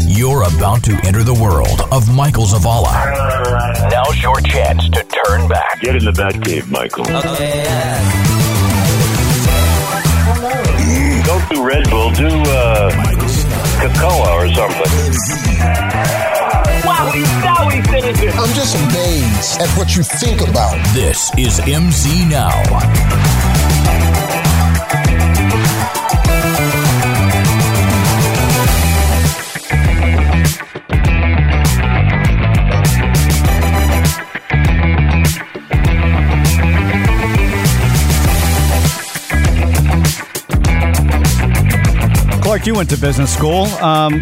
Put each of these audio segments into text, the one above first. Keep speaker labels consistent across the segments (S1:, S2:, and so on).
S1: You're about to enter the world of Michael Zavala. Now's your chance to turn back.
S2: Get in the Batcave, Michael. Don't do Red Bull, do uh, Cocoa or something.
S3: I'm just amazed at what you think about.
S1: This is MC Now.
S4: Clark, you went to business school. Um,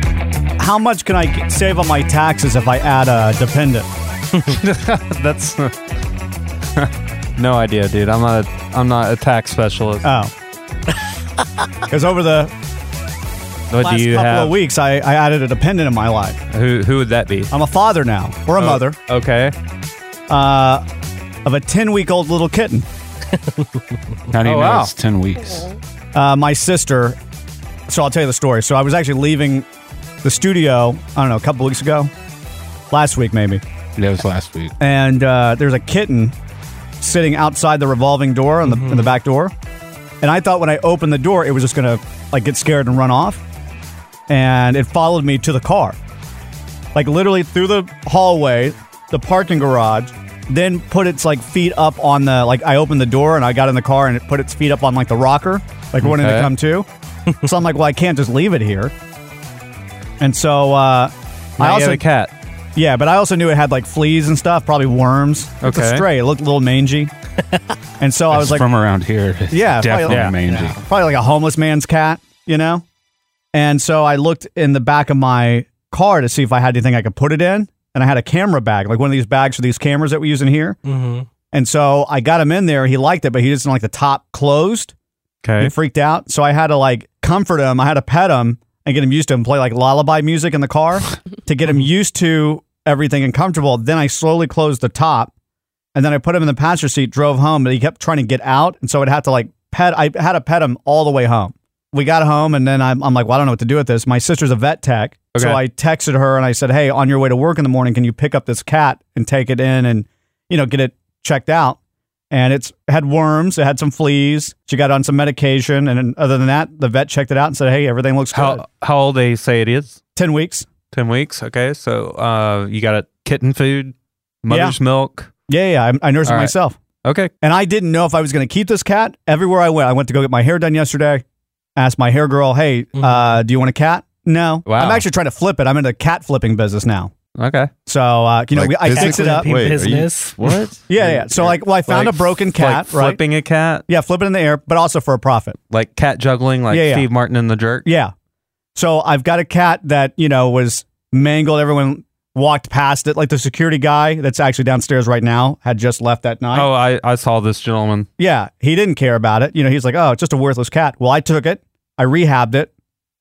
S4: how much can I g- save on my taxes if I add a dependent?
S5: That's no idea, dude. I'm not. A, I'm not a tax specialist.
S4: Oh. Because over the
S5: what
S4: last
S5: do you
S4: couple
S5: have?
S4: of weeks, I, I added a dependent in my life.
S5: Who Who would that be?
S4: I'm a father now, or a
S5: Oh,
S4: mother, Uh,
S5: Okay.
S4: of a 10 week old little kitten.
S6: How do you
S5: Oh,
S6: know
S5: wow.
S6: it's 10 weeks?
S4: Uh, my sister, so I'll tell you the story. So I was actually leaving the studio, I don't know, a couple weeks ago, last week maybe.
S6: That was last week.
S4: and uh, there's a kitten sitting outside the revolving door on the, in
S6: Mm-hmm.
S4: the back door. And I thought when I opened the door, it was just gonna like get scared and run off. And it followed me to the car, like literally through the hallway, the parking garage. Then put its like feet up on the like I opened the door and I got in the car and it put its feet up on like the rocker, like wanting to
S5: Okay.
S4: come to. so I'm like, well, I can't just leave it here. And so uh,
S5: Now
S4: I
S5: you
S4: also
S5: have a cat.
S4: yeah, but I also knew it had like fleas and stuff, probably worms. It's a
S5: Okay.
S4: stray. It looked a little mangy. and so I was like,
S6: from around here. It's
S4: Yeah,
S6: definitely
S4: probably- Yeah.
S6: mangy.
S4: probably like a homeless man's cat, you know? And so I looked in the back of my car to see if I had anything I could put it in. And I had a camera bag, like one of these bags for these cameras that we use in here.
S7: Mm-hmm.
S5: Mhm.
S4: Mm-hmm. And so I got him in there. He liked it, but he just didn't like the top closed. He
S5: Okay.
S4: freaked out. So I had to like comfort him. I had to pet him and get him used to him, play like lullaby music in the car to get him used to everything and comfortable. Then I slowly closed the top and then I put him in the passenger seat, drove home, but he kept trying to get out. And so I'd have to like pet, I had to pet him all the way home. We got home and then I'm, I'm like, well, I don't know what to do with this. My sister's a vet tech. So
S5: Okay.
S4: I texted her and I said, hey, on your way to work in the morning, can you pick up this cat and take it in and, you know, get it checked out? and it's had worms. It had some fleas. She got on some medication, and then other than that, the vet checked it out and said, "Hey, everything looks good."
S5: How How old they say it is?
S4: Ten weeks.
S5: Ten weeks. Okay. So uh, you got a kitten food, mother's milk.
S4: Yeah, yeah. I, I nursed it
S5: All right.
S4: myself,
S5: Okay.
S4: and I didn't know if I was going to keep this cat. Everywhere I went, I went to go get my hair done yesterday. Asked my hair girl, "Hey, uh, do you want a cat?" No.
S5: Mm-hmm. Wow.
S4: I'm actually trying to flip it. I'm in the cat flipping business now.
S5: Okay.
S4: So uh, you know,
S8: Like
S4: we, I fixed it
S8: physically
S4: up.
S8: Wait, are you-
S7: business.
S8: What?
S4: Yeah, yeah. So like, well, I found
S5: Like-
S4: a broken cat,
S5: Like
S4: right?
S5: Flipping a cat.
S4: Yeah, flip it in the air, but also for a profit.
S5: Like cat juggling. Like
S4: Yeah, yeah.
S5: Steve Martin and the Jerk.
S4: Yeah. So I've got a cat that, you know, was mangled. Everyone walked past it. Like the security guy that's actually downstairs right now had just left that night.
S5: Oh, I, I saw this gentleman.
S4: Yeah. He didn't care about it. You know, he's like, oh, it's just a worthless cat. Well, I took it, I rehabbed it,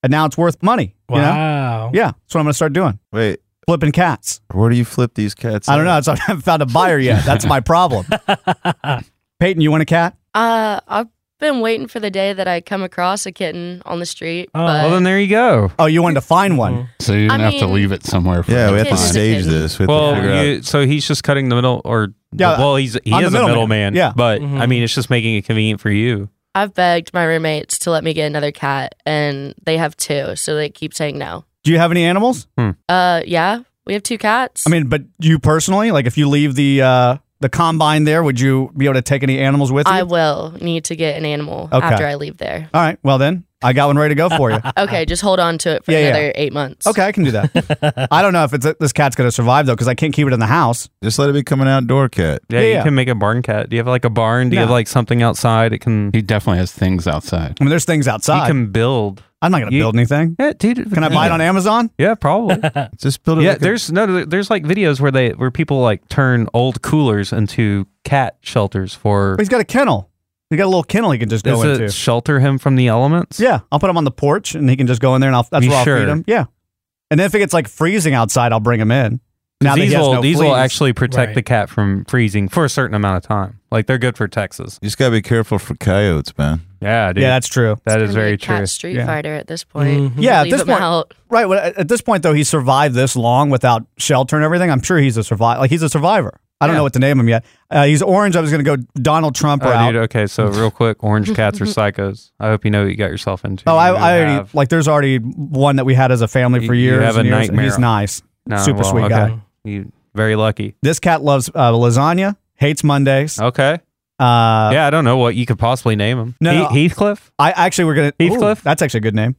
S4: and now it's worth money. You know?
S7: Wow.
S4: Yeah. That's what I'm going to start doing
S8: Wait,
S4: flipping cats.
S8: where do you flip these cats?
S4: I don't know.
S8: at?
S4: That's, I haven't found a buyer yet. That's my problem. Peyton, you want a cat?
S9: Uh, I've been waiting for the day that I come across a kitten on the street.
S7: Oh,
S9: but
S5: Well, then there you go. Mm-hmm.
S4: Oh, you wanted to find one.
S6: So you're
S9: I
S6: going to have to
S9: mean-
S6: leave it somewhere for
S8: Yeah,
S6: them
S8: we have to
S9: Kitten is a
S8: stage
S9: kitten.
S8: this. We have to figure
S5: Well,
S8: out.
S5: you, so he's just cutting the middle, or
S4: Yeah,
S5: well, he's he
S4: I'm
S5: is
S4: the
S5: a
S4: middleman.
S5: middleman.
S4: Yeah. Mm-hmm.
S5: but I
S7: Mhm.
S5: mean, it's just making it convenient for you.
S9: I've begged my roommates to let me get another cat, and they have two, so they keep saying no.
S4: Do you have any animals?
S8: Hmm.
S9: Uh, yeah, we have two cats.
S4: I mean, but you personally, like if you leave the uh, the combine there, would you be able to take any animals with you?
S9: I will need to get an animal
S4: Okay.
S9: after I leave there.
S4: All right. Well, then I got one ready to go for you.
S9: Okay, just hold on to it for
S4: Yeah, yeah.
S9: another eight months.
S4: Okay, I can do that. I don't know if it's this cat's gonna survive though, because I can't keep it in the house.
S8: Just let it become an outdoor cat.
S5: Yeah,
S4: Yeah,
S5: you
S4: yeah.
S5: can make a barn cat. Do you have like a barn? Do you
S4: No.
S5: have like something outside? It can
S6: He definitely has things outside.
S4: I mean, there's things outside.
S5: you can build.
S4: I'm not gonna
S5: you-
S4: build anything.
S5: Yeah, dude.
S4: Can I buy it on Amazon?
S5: Yeah, probably.
S8: Just build it.
S5: yeah,
S8: like a-
S5: there's no, there- there's like videos where they where people like turn old coolers into cat shelters for.
S4: But he's got a kennel. He got a little kennel he can just go
S5: Does it
S4: into.
S5: shelter him from the elements?
S4: Yeah, I'll put him on the porch and he can just go in there and I'll, that's
S5: You
S4: where I'll
S5: sure?
S4: feed him. Yeah. And then if it gets like freezing outside, I'll bring him in. Now that
S5: these
S4: he has
S5: will
S4: no
S5: these will
S4: fleas.
S5: actually protect
S7: Right.
S5: the cat from freezing for a certain amount of time. Like they're good for Texas.
S8: You just gotta be careful for coyotes, man.
S5: Yeah, dude.
S4: Yeah, that's true.
S5: that
S9: Gonna
S5: is
S9: be a
S5: very
S9: cat
S5: true.
S9: Street
S4: Yeah.
S9: Fighter at this point.
S4: Mm-hmm.
S7: Mm-hmm.
S4: Yeah, at
S9: Leave
S4: this
S9: him
S4: point,
S9: out.
S4: right? Well, at at this point, though, he survived this long without shelter and everything. I'm sure he's a survivor. Like he's a survivor. I don't know what to name him yet. Uh, he's orange. I was going to go Donald Trump or
S5: Oh,
S4: out.
S5: dude, okay, so real quick, orange cats are psychos. I hope you know what you got yourself into.
S4: oh, I,
S5: You
S4: I already
S5: have-
S4: like. There's already one that we had as a family for
S5: You- you
S4: years.
S5: have a
S4: and years, and
S5: nightmare.
S4: He's nice,
S5: No,
S4: super
S5: well,
S4: sweet
S5: okay.
S4: guy.
S5: You very lucky.
S4: This cat loves uh, lasagna. Hates Mondays.
S5: Okay.
S4: Uh,
S5: yeah, I don't know what you could possibly name him.
S4: No, no.
S5: Heathcliff?
S4: I actually we're gonna
S5: Heathcliff?
S4: Ooh, that's actually a good name.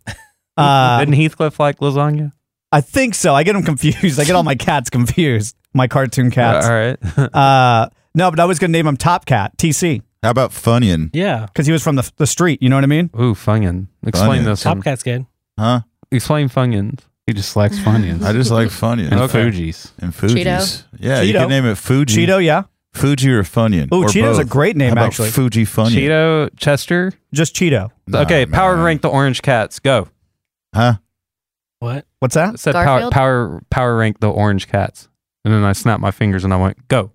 S4: Uh,
S5: Didn't Heathcliff like lasagna?
S4: I think so. I get them confused. I get all my cats confused. My cartoon cats.
S5: Uh, All right.
S4: Uh, no, but I was gonna name him Top Cat TC
S8: How about Funyun?
S7: Yeah.
S4: because he was from the, the street. You know what I mean?
S5: Ooh, Funyun. Explain
S8: Funyun.
S5: this one.
S7: Top Cat's good.
S8: Huh?
S5: Explain Funyuns.
S6: He just likes Funyuns
S8: I just like
S6: and
S8: Funyun
S5: Okay.
S6: Fuji's.
S8: and Fuji's.
S9: Cheeto.
S8: Yeah, you
S4: Cheeto.
S8: can name it Fuji,
S4: Cheeto, yeah.
S8: Fuji or Funyun.
S4: Ooh,
S8: or
S4: Cheeto's a
S8: both.
S4: great name,
S8: How about
S4: actually.
S8: Fuji Funyun.
S5: Cheeto, Chester.
S4: Just Cheeto.
S8: Nah,
S5: okay, power
S8: man.
S5: rank the orange cats. Go.
S8: Huh?
S7: What?
S4: What's that?
S5: It said power,
S9: Garfield?
S5: power power rank the orange cats. And then I snapped my fingers and I went, go.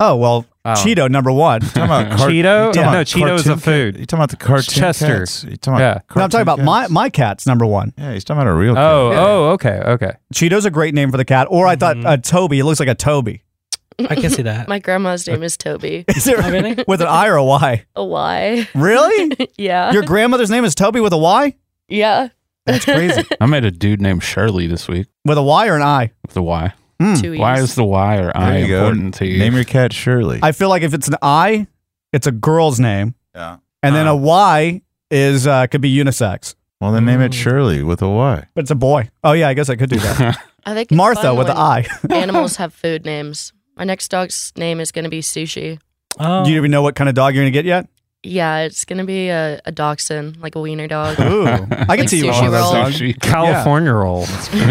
S4: Oh well,
S5: Oh.
S4: Cheeto number one.
S8: Talking about cart-
S5: Cheeto?
S8: talking
S5: Yeah,
S8: about
S5: no, Cheeto is a
S8: cartoon
S5: food.
S8: Cat? You talking about the cartoon
S5: Chester.
S8: cats? You talking about
S5: Yeah.
S4: No, I'm talking about
S8: cartoon
S4: my
S8: cats?
S4: my cat's number one.
S8: Yeah, he's talking about a real.
S5: Oh,
S8: cat.
S5: oh, okay, okay.
S4: Cheeto's a great name for the cat. Or I thought
S7: Mm-hmm.
S4: uh, Toby. It looks like a Toby.
S7: I can see that.
S9: My grandma's name is Toby.
S4: Is it
S7: Oh, really?
S4: with an I or a Y?
S9: A Y.
S4: Really?
S9: yeah.
S4: Your grandmother's name is Toby with a Y?
S9: yeah.
S4: That's crazy.
S6: I met a dude named Shirley this week
S4: with a Y or an I? Hmm.
S6: with the Y.
S9: Two E's.
S6: Why is the Y or
S8: Hmm. There
S6: I
S8: you go.
S6: important to you?
S8: Name your cat Shirley.
S4: I feel like if it's an I, it's a girl's name,
S8: yeah.
S4: and then a
S6: Uh-huh.
S4: Y is uh, could be unisex,
S8: Well, then name
S6: Mm.
S8: it Shirley with a Y.
S4: but it's a boy. Oh yeah, I guess I could do that.
S9: I think it's
S4: Martha
S9: fun
S4: with an
S9: when
S4: I.
S9: Animals have food names. My next dog's name is gonna be Sushi.
S7: Oh,
S4: Do you even know what kind of dog you're gonna get yet?
S9: Yeah, it's gonna be a, a dachshund, like a wiener dog.
S4: Ooh, I can
S9: Like
S4: see you
S9: sushi
S4: with one of those
S9: roll.
S4: dogs.
S6: Sushi.
S5: California roll.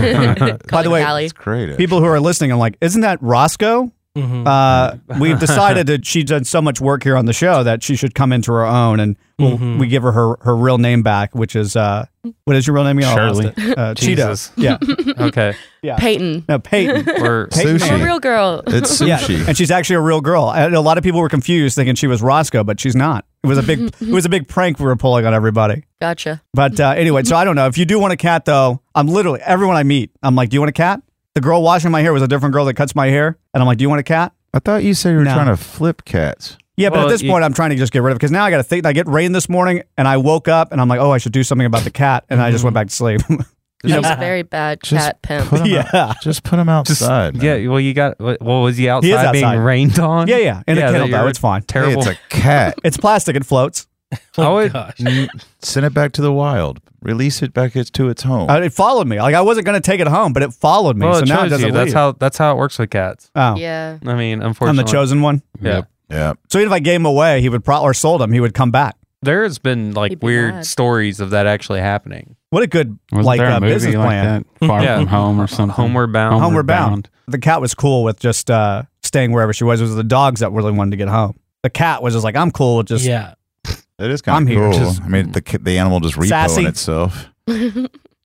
S9: By
S4: the way,
S9: Callie.
S8: It's great.
S4: People who are listening, I'm like, isn't that Roscoe?
S7: mhm.
S4: Uh, we've decided that she's done so much work here on the show that she should come into her own, and we'll,
S7: Mhm.
S4: we give her, her her real name back, which is uh, what is your real name? again? I lost
S6: Shirley.
S4: it. Uh, Cheeto.
S5: Jesus.
S4: Yeah,
S5: Okay.
S9: Peyton.
S4: no, Peyton.
S5: We're
S4: Peyton
S8: Sushi.
S9: I'm a real girl.
S8: It's sushi.
S4: Yeah, and she's actually a real girl. And a lot of people were confused, thinking she was Roscoe, but she's not. It was a big, it was a big prank we were pulling on everybody.
S9: Gotcha.
S4: But uh, anyway, so I don't know. If you do want a cat, though, I'm literally everyone I meet. I'm like, do you want a cat? The girl washing my hair was a different girl that cuts my hair, and I'm like, do you want a cat?
S8: I thought you said you were
S4: No.
S8: trying to flip cats.
S4: Yeah, but at
S5: Well,
S4: this
S5: you-
S4: point, I'm trying to just get rid of it because now I got to think. I get rain this morning, and I woke up, and I'm like, oh, I should do something about the cat, and I just went back to sleep.
S9: He's a very bad
S8: Mm-hmm. Just
S9: cat pimp.
S8: put 'em out-
S4: yeah,
S8: Just put them outside. man.
S5: Yeah, well, you got. What well, was he outside,
S4: is outside.
S5: being rained on?
S4: yeah, yeah. In
S5: Yeah,
S4: a kennel,
S5: that you're
S4: though, it's fine.
S8: Hey,
S5: Terrible.
S8: it's a cat.
S4: It's plastic; it floats.
S5: I
S7: Oh,
S5: would-
S7: gosh.
S8: N- Send it back to the wild. Release it back it's- to its home.
S4: Uh, it followed me. Like I wasn't gonna take it home, but it followed me.
S5: well,
S4: so
S5: it
S4: now it
S5: chose
S4: doesn't
S5: you. That's
S4: leave.
S5: how. That's how it works with cats.
S4: Oh.
S9: Yeah.
S5: I mean,
S4: I'm
S5: unfortunately,
S4: the chosen one.
S5: Yeah.
S6: Yep.
S8: yeah.
S4: So even if I gave him away, he would pro- or sold him, he would come back.
S5: There has been
S9: He'd
S5: like
S9: be
S5: weird
S9: mad.
S5: stories of that actually happening.
S4: What a good
S6: Wasn't
S4: like
S6: there a
S4: uh,
S6: movie
S4: business
S6: like
S4: plan.
S6: that? Far
S5: Yeah.
S6: from home or something.
S5: Homeward Bound.
S4: Homeward Bound. The cat was cool with just uh, staying wherever she was. It was the dogs that really wanted to get home. The cat was just like, I'm cool with just
S7: yeah.
S8: It is
S4: I'm
S8: kind of
S4: here,
S8: cool.
S4: just-
S8: I mean, the ca- the animal just repoing
S4: Sassy.
S8: itself.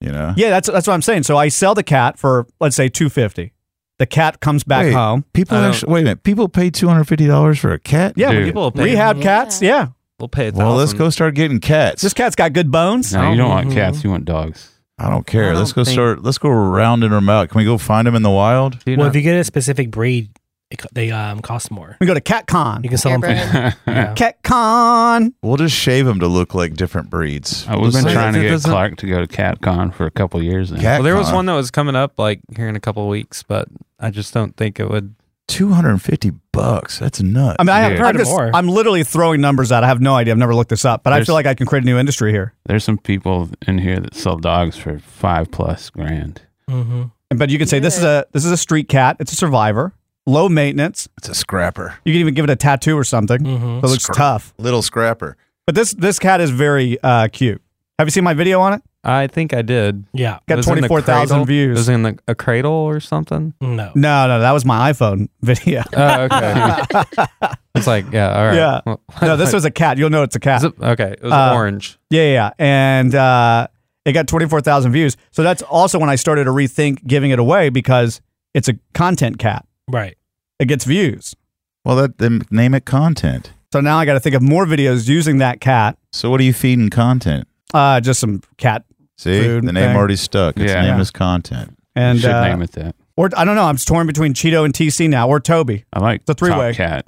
S8: You know.
S4: Yeah, that's that's what I'm saying. So I sell the cat for let's say two fifty. The cat comes back
S8: Wait,
S4: home.
S8: People
S5: I don't-
S8: actually wait a minute. People pay two hundred fifty dollars for a cat.
S4: Yeah,
S6: Dude.
S4: we
S5: People will pay.
S4: rehab
S9: Yeah.
S4: cats. Yeah,
S5: We'll pay. A
S8: Well, let's
S5: thousand.
S8: go start getting cats.
S4: this cat's got good bones.
S6: No, you don't want
S8: Mm-hmm.
S7: Mhm.
S6: cats. You want dogs.
S8: I don't care.
S5: Mm-hmm. I
S8: let's go
S5: don't think-
S8: start. Let's go rounding them out. Can we go find them in the wild?
S5: Do you
S7: Well,
S5: know-
S7: if you get a specific breed, it, co- they um cost more.
S4: We go to Cat Con.
S7: You can sell them for.
S9: Purebred.
S7: Yeah.
S4: Cat Con.
S8: We'll just shave them to look like different breeds.
S6: I Uh, we've been
S5: Listen,
S6: trying to
S5: it
S6: get
S5: doesn't-
S6: Clark to go to CatCon for a couple years now.
S8: Cat
S5: well, there was
S8: con.
S5: one that was coming up like here in a couple of weeks, but I just don't think it would.
S8: two hundred and fifty bucks. That's nuts.
S4: I mean, I have,
S6: Dude.
S4: I'm,
S7: Heard
S4: just,
S7: more.
S4: I'm literally throwing numbers out. I have no idea. I've never looked this up, but I
S6: There's-
S4: feel like I can create a new industry here.
S6: There's some people in here that sell dogs for five plus grand.
S7: Mm-hmm.
S4: But you could say this is a this is a street cat. It's a survivor, low maintenance.
S8: it's a scrapper,
S4: You can even give it a tattoo or something.
S7: Mm-hmm.
S4: It looks
S8: Scrap.
S4: tough.
S8: little scrapper.
S4: But this this cat is very uh, cute. Have you seen my video on it?
S5: I think I did.
S7: Yeah.
S4: Got
S5: It was in the
S4: 24,000
S5: cradle.
S4: views.
S5: It was in the, a cradle or something.
S7: No.
S4: No, no, that was my iPhone video.
S5: Oh, okay. it's like, yeah, all right.
S4: Yeah.
S5: Well,
S4: No, this was a cat. You'll know it's a cat.
S5: is it- okay, it was
S4: Uh,
S5: orange.
S4: Yeah, yeah, yeah. And uh, it got 24,000 views. So that's also when I started to rethink giving it away because it's a content cat.
S7: Right.
S4: It gets views.
S8: Well, that then name it content.
S4: So now I got to think of more videos using that cat.
S8: So what are you feeding content?
S4: Uh, just some cat
S8: See,
S4: Food
S8: the name
S4: thing.
S8: already stuck. Its
S6: Yeah.
S8: name
S4: Yeah.
S8: is content.
S4: and
S6: should
S4: uh,
S6: name it that.
S4: or I don't know. I'm just torn between Cheeto and TC now, or Toby,
S6: I like
S4: the
S6: the
S4: three-way.
S6: three-way cat.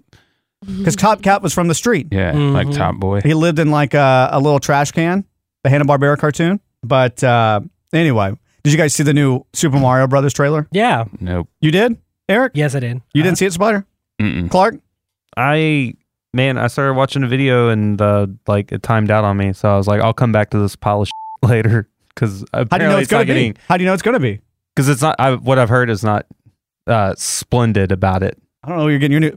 S4: because Top Cat was from the street.
S6: Yeah, like
S7: Mhm.
S6: Top Boy.
S4: He lived in like uh, a, a little trash can, the Hanna Barbera cartoon. But uh, anyway, did you guys see the new Super Mario Brothers trailer?
S7: Yeah.
S6: Nope.
S4: You did, Eric.
S7: Yes, I did.
S4: You didn't see it, Spider
S6: Mm-mm.
S4: Clark.
S5: I man, I started watching a video and uh, like it timed out on me, so I was like, I'll come back to this pile of shit later because
S4: How do you know it's
S5: apparently it's not
S4: going to be?
S5: getting
S4: How do you know it's going to be?
S5: because it's not. I, what I've heard is not uh, splendid about it.
S4: I don't know. You're getting your new
S7: I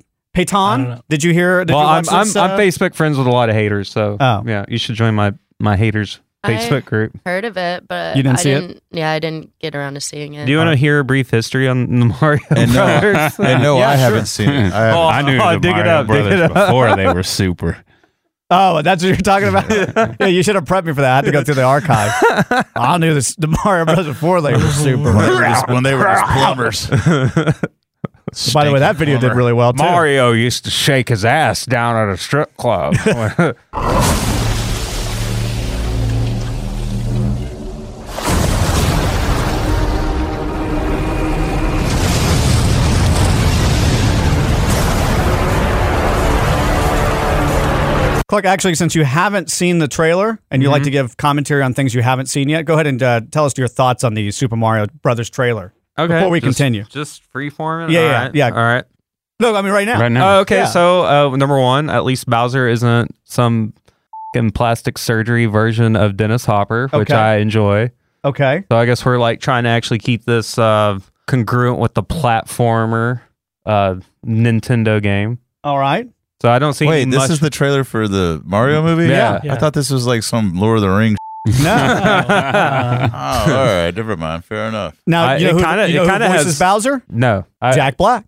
S7: don't
S4: Payton.
S7: know.
S4: Did you hear? Did
S5: well,
S4: you
S5: I'm
S4: watch
S5: I'm,
S4: this,
S5: I'm
S4: uh,
S5: Facebook friends with a lot of haters, so
S4: Oh.
S5: yeah, you should join my my haters
S9: I-
S5: Facebook group.
S9: Heard of it, but
S4: You didn't
S9: I
S4: see it?
S9: didn't, Yeah, I didn't get around to seeing it.
S5: Do you want to hear a brief history on the Mario
S8: And no,
S5: Brothers?
S8: And no,
S5: Yeah,
S8: I
S5: sure.
S8: haven't seen it. I
S5: Oh,
S8: haven't.
S6: I knew
S5: oh,
S6: the
S5: dig it
S6: Mario
S5: up, dig it
S6: Brothers
S5: up.
S6: before they were super.
S4: Oh, that's what you're talking about. yeah, you should have prepped me for that. I had to go through the archive. I knew this. The Mario Brothers before they were super.
S8: When they were just, when they were just plumbers.
S4: By the way, that video did really well too.
S5: Mario used to shake his ass down at a strip club.
S4: Clark, actually, since you haven't seen the trailer and you
S5: Mm-hmm.
S4: like to give commentary on things you haven't seen yet, go ahead and uh, tell us your thoughts on the Super Mario Brothers trailer.
S5: Okay.
S4: Before we
S5: just-
S4: continue.
S5: Just freeform it.
S4: Yeah,
S5: All
S4: yeah,
S5: right,
S4: yeah.
S5: All right.
S4: No, I mean right now.
S6: Right now,
S5: Oh, okay.
S4: Yeah.
S5: So, uh, number one, at least Bowser isn't some fing plastic surgery version of Dennis Hopper, which
S4: Okay.
S5: I enjoy.
S4: Okay.
S5: So, I guess we're like trying to actually keep this uh, congruent with the platformer uh, Nintendo game.
S4: All right.
S5: So, I don't see
S8: Wait,
S5: much.
S8: this is the trailer for the Mario movie?
S5: Yeah.
S7: Yeah.
S8: I thought this was like some Lord of the Rings.
S4: No.
S7: Uh,
S8: oh, all right. Never mind. Fair enough.
S4: Now
S5: I-
S4: you know
S5: it
S4: who,
S5: kinda-
S4: you know
S5: it
S4: who
S5: kinda
S4: voices
S5: has-
S4: Bowser?
S5: no. I,
S4: Jack Black.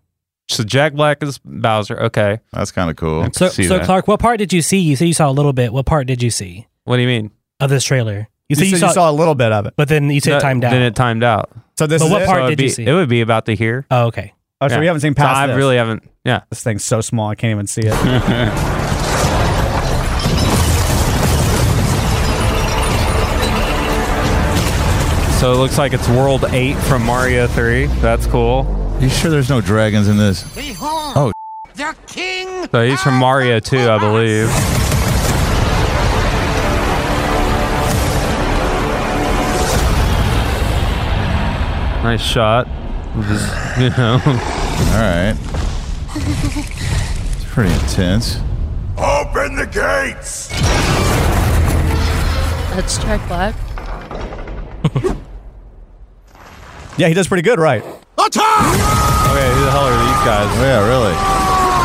S5: So, Jack Black is Bowser. Okay.
S8: That's kind of cool.
S7: so,
S6: See
S7: so
S6: that.
S7: Clark, what part did you see? You said you saw a little bit. What part did you see
S5: What do you mean?
S7: of this trailer?
S4: You, said you saw, a little bit of it.
S7: but then you said
S5: No,
S7: it timed out.
S5: Then it timed out.
S4: So this
S7: But
S4: is
S7: what
S4: it?
S7: part-
S5: So it'd
S7: did you
S5: be-
S7: see?
S5: It would be about the here.
S7: oh, okay.
S4: Oh, so
S5: Yeah.
S4: we haven't seen
S5: So
S4: past
S5: I
S4: this.
S5: really haven't. Yeah.
S4: This thing's so small, I can't even see it.
S5: So it looks like it's World 8 from Mario 3. That's cool.
S8: You sure there's no dragons in this? Oh,
S5: So he's from Mario 2, I believe.
S8: Ah.
S5: Nice shot. Just, you know.
S8: all right. It's pretty intense. Open the gates.
S4: Oh.
S9: That's Jack Black.
S4: yeah, he does pretty good, right?
S5: Okay, who the hell are these guys? Oh,
S8: Yeah, really.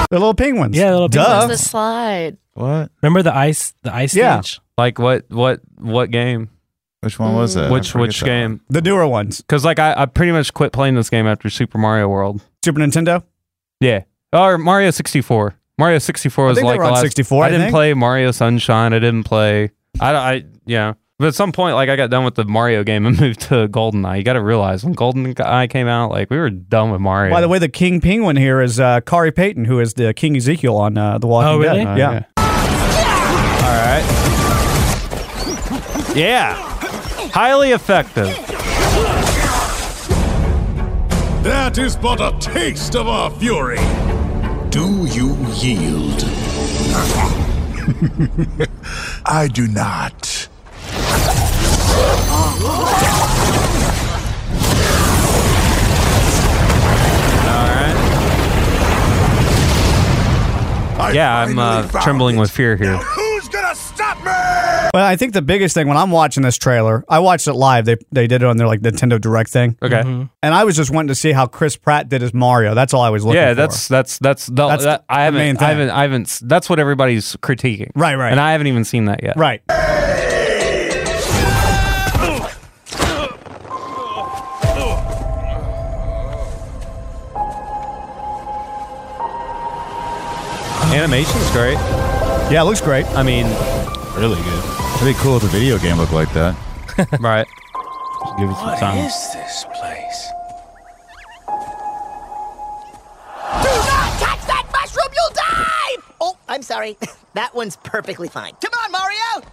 S4: They're little penguins.
S7: Yeah, little
S4: Duh.
S9: The slide.
S8: What?
S7: Remember the ice, the ice
S4: Yeah.
S7: stage?
S5: Like what what what game?
S8: Which one was that? I
S5: Which
S8: forget
S5: which
S8: that one.
S5: game?
S4: The newer ones.
S5: Cuz like I, I pretty much quit playing this game after Super Mario World.
S4: Super Nintendo.
S5: Yeah. Or Mario 64. Mario 64 was
S4: think they
S5: like
S4: were
S5: the
S4: on
S5: last-
S4: 64, I
S5: I didn't
S4: think.
S5: play Mario Sunshine. I didn't play. I, don't- I yeah. But at some point, like I got done with the Mario game and moved to GoldenEye. You got to realize when GoldenEye came out, like we were done with Mario.
S4: By the way, the king penguin here is uh, Kari Payton, who is the King Ezekiel on uh, The Walking
S7: Oh, really?
S4: Dead.
S6: Uh,
S4: yeah.
S5: yeah, highly effective.
S10: That is but a taste of our fury. Do you yield? I do not. I
S5: Yeah, I'm
S10: finally
S5: uh,
S10: found
S5: trembling
S10: it.
S5: with fear here.
S10: Who's gonna stop me?
S4: Well, I think the biggest thing when I'm watching this trailer, I watched it live. They they did it on their like Nintendo Direct thing,
S5: Okay,
S8: Mm-hmm.
S4: and I was just wanting to see how Chris Pratt did as Mario. That's all I was looking for.
S5: yeah, that's that's that's the,
S4: That's
S5: that,
S4: the
S5: I haven't
S4: main thing.
S5: I haven't I haven't s- that's what everybody's critiquing.
S4: Right, right.
S5: And I haven't even seen that yet.
S4: right.
S5: Animation's great.
S4: Yeah, it looks great.
S5: I mean,
S6: really good.
S8: It'd be cool if a video game looked like that.
S5: right.
S6: Give it some time.
S10: this place?
S11: Do not touch that mushroom, you'll die! Oh, I'm sorry. that one's perfectly fine. Come on, Mario!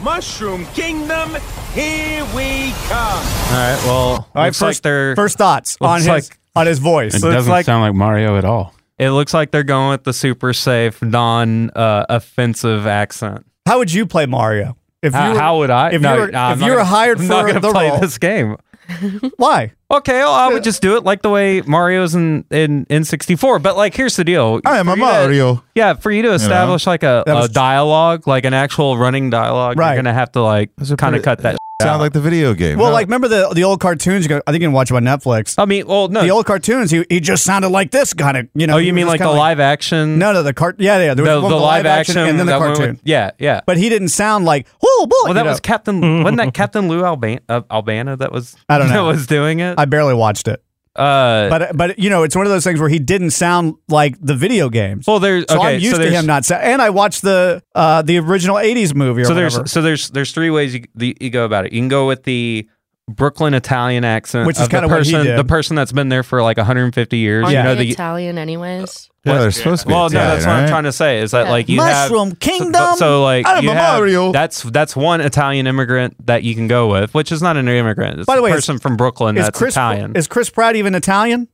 S12: Mushroom Kingdom, here we come.
S5: All right. Well, all
S4: right, first- first thoughts on his- on his voice.
S6: It
S4: Looks
S6: doesn't
S4: like-
S6: sound like Mario at all.
S5: It looks like they're going with the super safe, non uh, offensive accent.
S4: How would you play Mario? If
S5: how,
S4: you were-
S5: how would I?
S4: If
S5: No,
S4: you were,
S5: no, I'm
S4: if
S5: not
S4: you were
S5: gonna-
S4: hired
S5: I'm
S4: for
S5: not gonna
S4: the
S5: play
S4: role,
S5: this game.
S4: why?
S5: Okay, well, I would just do it like the way Mario's in in in sixty four. But like, here's the deal. I am a
S8: Mario.
S5: yeah, for you to establish like a,
S8: That was-
S5: a dialogue, like an actual running dialogue,
S4: Right.
S5: you're gonna have to like kind of cut that.
S8: Sound like the video game.
S4: Well, like remember the the old cartoons? You go, I think you can watch them on Netflix.
S5: I mean, well, no,
S4: the old cartoons. He, he just sounded like this kind of you know.
S5: oh,
S4: he
S5: you
S4: was
S5: mean
S4: just
S5: like the
S4: kinda
S5: live action?
S4: No, no, the cart. Yeah, yeah. There was
S5: the,
S4: one with
S5: the live action
S4: and then the
S5: that went with-
S4: cartoon.
S5: yeah, yeah.
S4: But he didn't sound like oh boy.
S5: Well, that was Captain. wasn't that Captain Lou Alban- uh, Albana that was?
S4: I don't know.
S5: That was doing it.
S4: I barely watched it.
S5: Uh,
S4: But but you know, it's one of those things where he didn't sound like the video games.
S5: Well, there's
S4: so
S5: okay,
S4: I'm
S5: so
S4: used to
S5: there's-
S4: him not. Sa- and I watched the uh, the original '80s movie. Or
S5: so
S4: whatever.
S5: there's so there's there's three ways you, the, you go about it. You can go with the Brooklyn Italian accent,
S4: Which is
S5: of the
S4: kinda what he
S5: person
S4: did.
S5: the person that's been there for like 150 years.
S9: Aren't
S5: You know,
S9: they
S5: the,
S9: Italian, anyways?
S8: Well, they're supposed to be
S5: Well,
S8: Italian,
S5: no, that's what
S8: right?
S5: I'm trying to say is that
S9: Yeah.
S5: like you
S9: Mushroom
S5: have,
S9: Kingdom,
S5: So, but- so like
S9: I'm
S5: you
S9: a
S5: have-
S9: Mario.
S5: That's that's one Italian immigrant that you can go with, which is not an immigrant. It's
S4: By the way,
S5: a
S4: is-
S5: person from Brooklyn
S4: is
S5: that's
S4: Chris
S5: Italian.
S4: is Chris Pratt even Italian?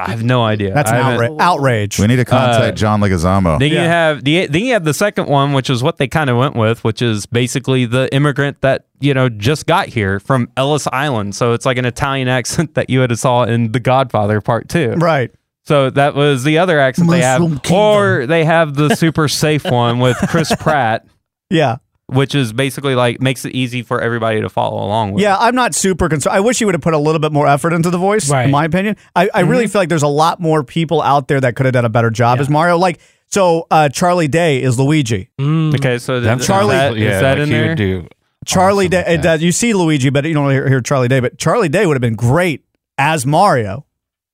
S5: I have no idea.
S4: That's an
S5: I haven't-
S4: outra- outrage.
S8: We need to contact
S5: Uh,
S8: John Leguizamo.
S5: Then you have the then you have the second one, which is what they kind of went with, which is basically the immigrant that you know just got here from Ellis Island. So it's like an Italian accent that you had saw in The Godfather Part Two,
S4: Right.
S5: So that was the other accent they have,
S4: Mushroom
S5: or they have the super safe one with Chris Pratt,
S4: Yeah.
S5: which is basically like makes it easy for everybody to follow along with.
S4: Yeah, I'm not super concerned. I wish he would have put a little bit more effort into the voice, in
S5: Right. Mm-hmm.
S4: my opinion. I, I really feel like there's a lot more people out there that could have done a better job as Mario. Like, so uh, Charlie Day is Luigi.
S5: Okay, so
S4: That
S5: th-
S4: Charlie-
S5: is that, is
S4: Mm. Yeah,
S5: that
S4: like
S5: in
S4: he would
S5: there?
S6: do
S4: Charlie Day, it does- you see Luigi, but you don't hear, hear Charlie Day. But Charlie Day would have been great as Mario,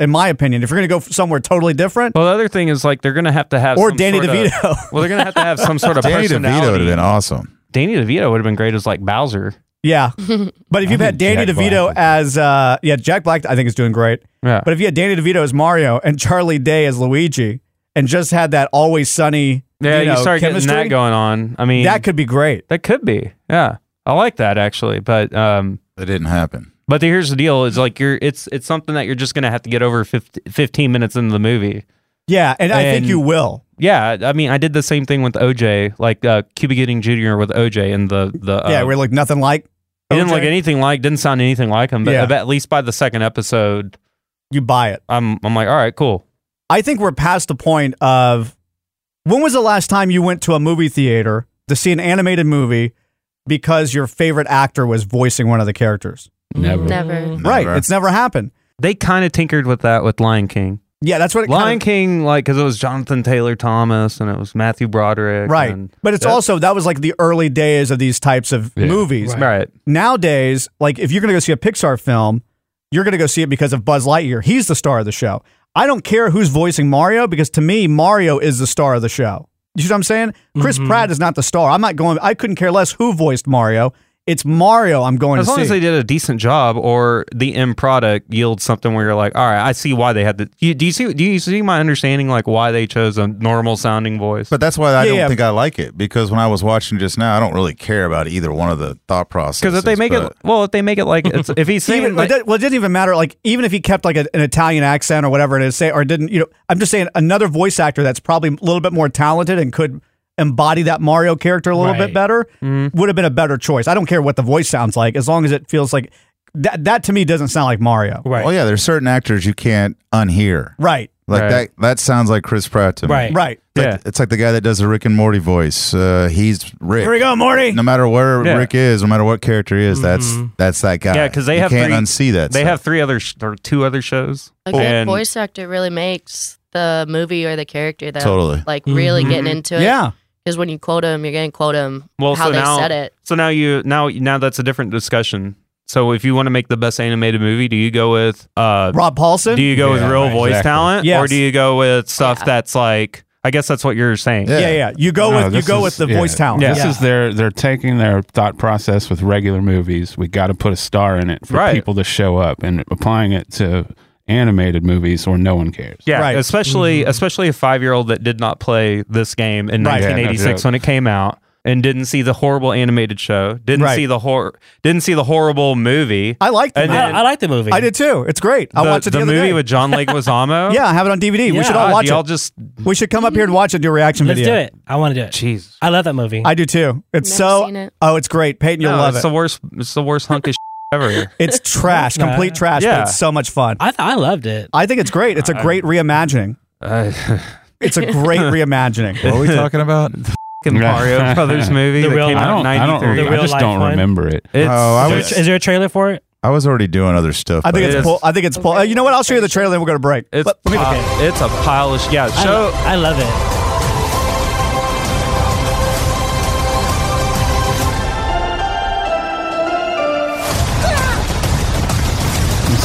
S4: in my opinion. If you're going to go f- somewhere totally different,
S5: Well, the other thing is like they're gonna have to have
S4: Or
S5: some
S4: Danny
S5: sort of-
S4: DeVito.
S5: well, they're gonna have to have some sort of
S8: Danny DeVito would
S5: personality.
S8: have been awesome.
S5: Danny DeVito would have been great as like Bowser.
S4: yeah. But if you've had Danny
S5: Jack
S4: DeVito as, uh, yeah, Jack Black, I think is doing great.
S5: Yeah.
S4: But if you had Danny DeVito as Mario and Charlie Day as Luigi, and just had that always sunny,
S5: Yeah,
S4: you,
S5: you,
S4: know,
S5: start
S4: chemistry,
S5: getting that going on. I mean,
S4: that could be great.
S5: that could be. Yeah, I like that actually. But um,
S8: That didn't happen.
S5: but the, here's the deal: is like you're it's it's something that you're just gonna have to get over 50, 15 minutes into the movie.
S4: Yeah, and I think
S5: And-
S4: you will.
S5: Yeah, I mean, I did the same thing with OJ, like uh, Cuba Gooding Jr. with OJ and the the uh,
S4: yeah, we look nothing like.
S5: He didn't
S4: OJ.
S5: look anything like, didn't sound anything like him. But
S4: Yeah.
S5: at least by the second episode,
S4: you buy it.
S5: I'm I'm like, all right, cool.
S4: I think we're past the point of when was the last time you went to a movie theater to see an animated movie because your favorite actor was voicing one of the characters?
S6: Never.
S9: Never.
S4: Right. It's never happened.
S5: They kind of tinkered with that with Lion King.
S4: Yeah, that's what it
S5: Lion
S4: kind of-
S5: King, like, because it was Jonathan Taylor Thomas and it was Matthew Broderick.
S4: Right.
S5: and-
S4: But it's
S5: Yeah.
S4: also that was like the early days of these types of
S5: Yeah.
S4: movies.
S5: Right. Right.
S4: Nowadays, like if you're going to go see a Pixar film, you're going to go see it because of Buzz Lightyear. He's the star of the show. I don't care who's voicing Mario because to me Mario is the star of the show. You see what I'm saying? Chris Pratt is not the star. I'm not going I couldn't care less who voiced Mario. It's Mario I'm going
S5: As
S4: to
S5: long
S4: see.
S5: as they did a decent job, or the end product yields something where you're like, all right, I see why they had the. You, do you see? Do you see my understanding like why they chose a normal sounding voice?
S8: But that's why I
S5: Yeah,
S8: don't
S5: yeah.
S8: think I like it because when I was watching just now, I don't really care about either one of the thought processes.
S5: Because if they make it,
S8: but-
S5: well, if they make it like it's, if he's saying
S4: even,
S5: like-
S4: it does- well, it doesn't even matter. Like, even if he kept like a, an Italian accent or whatever it is, say, or didn't, you know, I'm just saying another voice actor that's probably a little bit more talented and could embody that Mario character a little bit
S5: Right. Mm-hmm.
S4: better would have been a better choice. I don't care what the voice sounds like, as long as it feels like that. That to me doesn't sound like Mario.
S8: Oh yeah, there's certain actors you can't unhear.
S4: Right.
S8: Like
S4: Right.
S8: that. That sounds like Chris Pratt to me.
S4: Right. Right.
S8: It's like- It's like the guy that does the Rick and Morty voice. Uh, he's Rick.
S4: Here we go, Morty.
S8: No matter where
S5: Yeah.
S8: Rick is, no matter what character he is,
S5: Mhm.
S8: that's that's that guy.
S5: yeah, because they
S8: You
S5: have
S8: can't
S5: three,
S8: unsee that.
S5: They
S8: stuff.
S5: have three other sh- or two other shows.
S9: A good
S5: and-
S9: voice actor really makes the movie or the character that
S5: Totally.
S9: like really
S5: Mhm.
S9: getting into it.
S5: Yeah.
S9: Because when you quote them, you're going to quote them
S5: well,
S9: how
S5: so
S9: they
S5: now,
S9: said it.
S5: So now you now now that's a different discussion. So if you want to make the best animated movie, do you go with uh,
S4: Rob Paulson?
S5: Do you go
S4: Yeah,
S5: with real
S4: right,
S5: voice
S4: exactly.
S5: talent,
S4: Yes.
S5: or do you go with stuff that's like? I guess that's what you're saying.
S4: Yeah, yeah. You go
S6: No,
S4: with you
S6: this
S4: go
S6: is-
S4: with the
S6: yeah,
S4: voice talent.
S6: This is their they're taking their thought process with regular movies. We got to put a star in it for
S5: Right.
S6: people to show up and applying it to animated movies where no one cares.
S5: Yeah, especially especially a five year old that did not play this game in
S6: Right. Mm-hmm. Yeah, no
S5: 1986
S6: joke.
S5: when it came out and didn't see the horrible animated show, didn't
S4: Right.
S5: see the horror, didn't see the horrible movie.
S4: I liked the
S5: And
S4: movie.
S5: then
S4: I- I
S7: liked the movie.
S4: I did too. It's great. I
S5: the,
S4: watched it the,
S5: the
S4: other
S5: movie
S4: day.
S5: with John Leguizamo.
S4: yeah, I have it on DVD. We should all
S5: God,
S4: watch
S5: y'all
S4: it.
S5: Just
S4: we should come up here and watch a do a reaction
S7: Let's
S4: video.
S7: do it. I want to do it.
S5: Jeez,
S7: I love that movie.
S4: I do too. It's
S7: Never
S4: so
S7: seen it.
S4: oh, it's great. Peyton, you'll
S5: No,
S4: love
S5: it's
S4: it.
S5: the worst. It's the worst hunk of ever.
S4: It's trash,
S5: No.
S4: complete trash,
S5: Yeah.
S4: but it's so much fun.
S7: I, th- I loved it.
S4: I think it's great. It's a
S5: I-
S4: great reimagining. it's a great reimagining.
S8: What are we talking about?
S5: fucking Mario Brothers movie
S7: The
S5: that
S7: real-
S5: came
S6: I
S5: out in
S6: don't. I don't.
S5: 93.
S7: The
S6: I
S7: real
S6: just
S7: life
S6: don't
S7: one.
S6: remember it.
S5: It's,
S8: Oh, I
S7: Is there- is there a trailer for it?
S8: I was already doing other stuff.
S4: I think
S8: but
S4: it's
S5: is-
S4: pull, I think it's pull. uh, you know what? I'll show you the trailer, then we'll go to break.
S5: it's,
S4: Let- let me-
S5: pi- it's a pile of sh- yeah.
S7: I,
S5: Show
S7: I love it.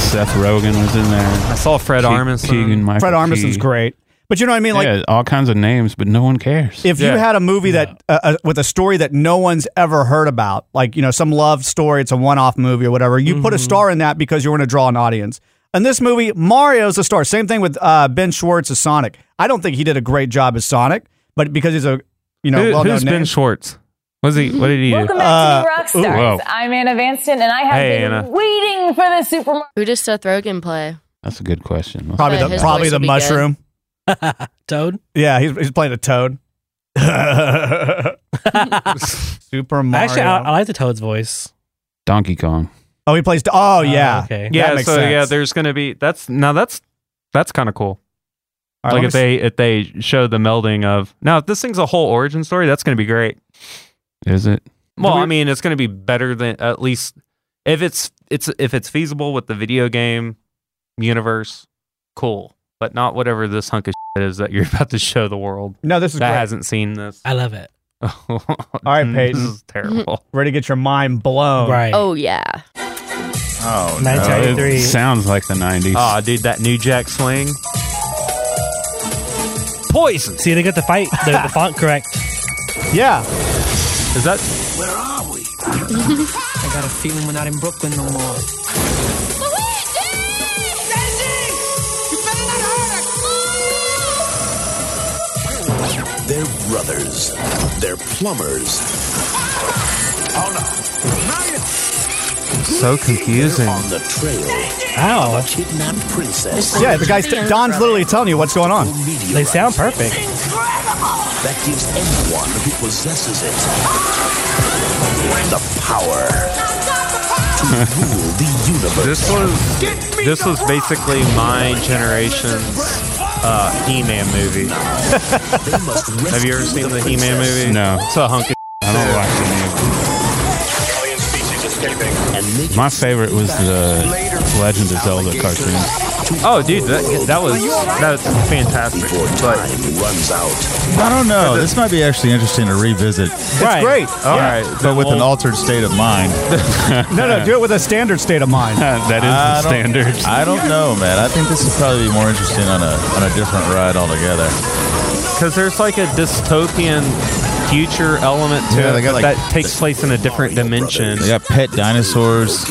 S6: Seth Rogen was in there.
S5: I saw Fred Armisen.
S6: Keegan Michael
S4: Fred Armisen's
S6: Key.
S4: great, but you know what I mean. Like
S6: yeah, all kinds of names, but no one cares.
S4: if you
S5: Yeah.
S4: had a movie that uh, uh, with a story that no one's ever heard about, like you know some love story, it's a one-off movie or whatever. You
S5: Mm-hmm.
S4: put a star in that because you want to draw an audience. And this movie, Mario's a star. Same thing with uh, Ben Schwartz as Sonic. I don't think he did a great job as Sonic, but because he's a you know
S5: Who-
S4: well-known
S5: who's
S4: name.
S5: Ben Schwartz? Was he? What did he do?
S4: Uh,
S5: ooh, whoa.
S13: I'm Anna Vanston, and I have
S5: Hey,
S13: been
S5: Anna.
S13: waiting for the supermarket.
S9: Who does Seth Rogen play?
S6: That's a good question.
S4: probably
S9: Yeah,
S4: the
S9: his
S4: probably
S9: voice
S4: the
S9: would be good.
S4: mushroom.
S7: Toad.
S4: Yeah, he's, he's playing a toad. Super Mario.
S7: Actually, I, I like the Toad's voice.
S6: Donkey Kong.
S4: oh, he plays. Oh, yeah.
S7: okay.
S5: Yeah,
S4: That makes
S5: so yeah,
S4: sense.
S5: there's gonna be that's now that's that's kind of cool.
S4: All right,
S5: like
S4: let
S5: if
S4: me
S5: they if they show the melding of now if this thing's a whole origin story, that's gonna be great.
S6: Is it?
S5: Well, I mean, it's gonna be better than at least if it's it's if it's feasible with the video game universe, cool. But not whatever this hunk of shit is that you're about to show the world
S4: see- no, this is
S5: that
S4: great.
S5: hasn't seen this.
S7: I love it.
S5: All
S4: right,
S5: Mm, this
S4: Peyton.
S5: is terrible.
S4: Ready to get your mind blown.
S7: Right.
S9: Oh yeah.
S8: Oh, no.
S7: 1993.
S6: It sounds like the '90s.
S5: Ah, dude, that New Jack swing, poison.
S7: See, they got the fight, the, the font correct.
S4: Yeah.
S5: Is that
S12: I got a feeling we're not in Brooklyn no more.
S10: They're brothers. They're plumbers. Oh no.
S5: so confusing?
S10: On the trail
S7: Ow.
S10: kidnapped princess
S4: Yeah, the guy's Don's literally telling you what's going on.
S7: They sound perfect.
S10: that gives anyone who possesses it the power to rule the universe.
S5: This was this was basically my generation's uh, He-Man movie.
S10: They must
S5: Have you ever seen the He-Man movie?
S6: No.
S5: It's a hunk of
S6: I don't like the
S10: and make
S6: new. My favorite was the Legend of Zelda cartoon.
S5: Oh, dude, that, that was that's fantastic. But
S10: it runs out.
S8: I don't know. This might be actually interesting to revisit,
S4: It's great.
S5: all right,
S8: but with an altered state of mind.
S4: No, no, do it with a standard state of mind.
S6: that is
S8: I
S6: the
S8: don't-
S6: standard.
S8: I don't know, man. I think this would probably be more interesting on a on a different ride altogether.
S5: because there's like a dystopian future element to
S8: Yeah, they
S5: it
S8: got,
S5: but
S8: like,
S5: that takes place in a different dimension.
S8: They got pet dinosaurs,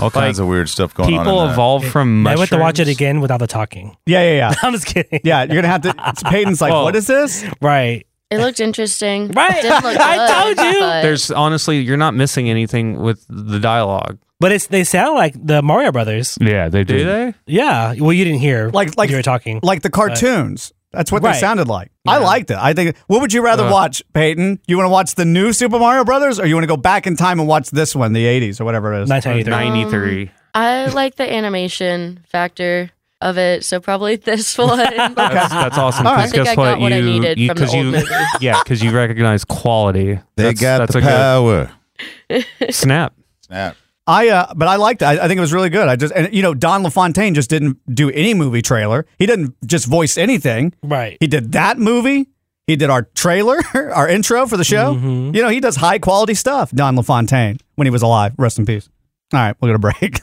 S8: all kinds of weird stuff going on. in
S5: People
S8: there.
S5: evolve from
S7: I
S5: mushrooms.
S7: went to watch it again without the talking.
S4: Yeah, yeah, yeah.
S7: I'm just kidding.
S4: Yeah, you're gonna have to. Peyton's like,
S5: Well-
S4: what is this?
S7: Right.
S9: It looked interesting.
S7: Right.
S9: Didn't look
S7: I
S9: good,
S7: told you.
S9: but-
S5: There's honestly, you're not missing anything with the dialogue,
S7: But it's they sound like the Mario Brothers.
S6: Yeah, they do.
S5: do they?
S7: Yeah. Well, you didn't hear.
S4: Like- like-
S7: you were talking.
S4: Like the cartoons. That's what they
S7: Right.
S4: sounded like. I liked it. I think. What would you rather
S5: Uh.
S4: watch, Peyton? You want to watch the new Super Mario Brothers, or you want to go back in time and watch this one, the '80s or whatever it is?
S7: 1983.
S5: Ninety-three.
S9: I like the animation factor of it, so probably this one.
S5: That's, that's awesome.
S4: All right.
S5: Because
S4: I
S9: think I got
S5: guess what?
S9: what I
S5: You,
S9: needed
S5: you,
S9: from the
S5: 'cause
S9: old
S5: you-
S9: movie.
S5: yeah, because you recognize quality.
S8: They
S5: that's,
S8: got
S5: that's
S8: the
S5: a good
S8: power.
S5: snap.
S8: Snap.
S4: I, uh, but I liked it. I, I think it was really good. I just, and you know, Don LaFontaine just didn't do any movie trailer. He didn't just voice anything.
S7: Right.
S4: He did that movie. He did our trailer, our intro for the show.
S5: Mm-hmm.
S4: You know, he does high quality stuff, Don LaFontaine, when he was alive. Rest in peace. All right, we'll go to break.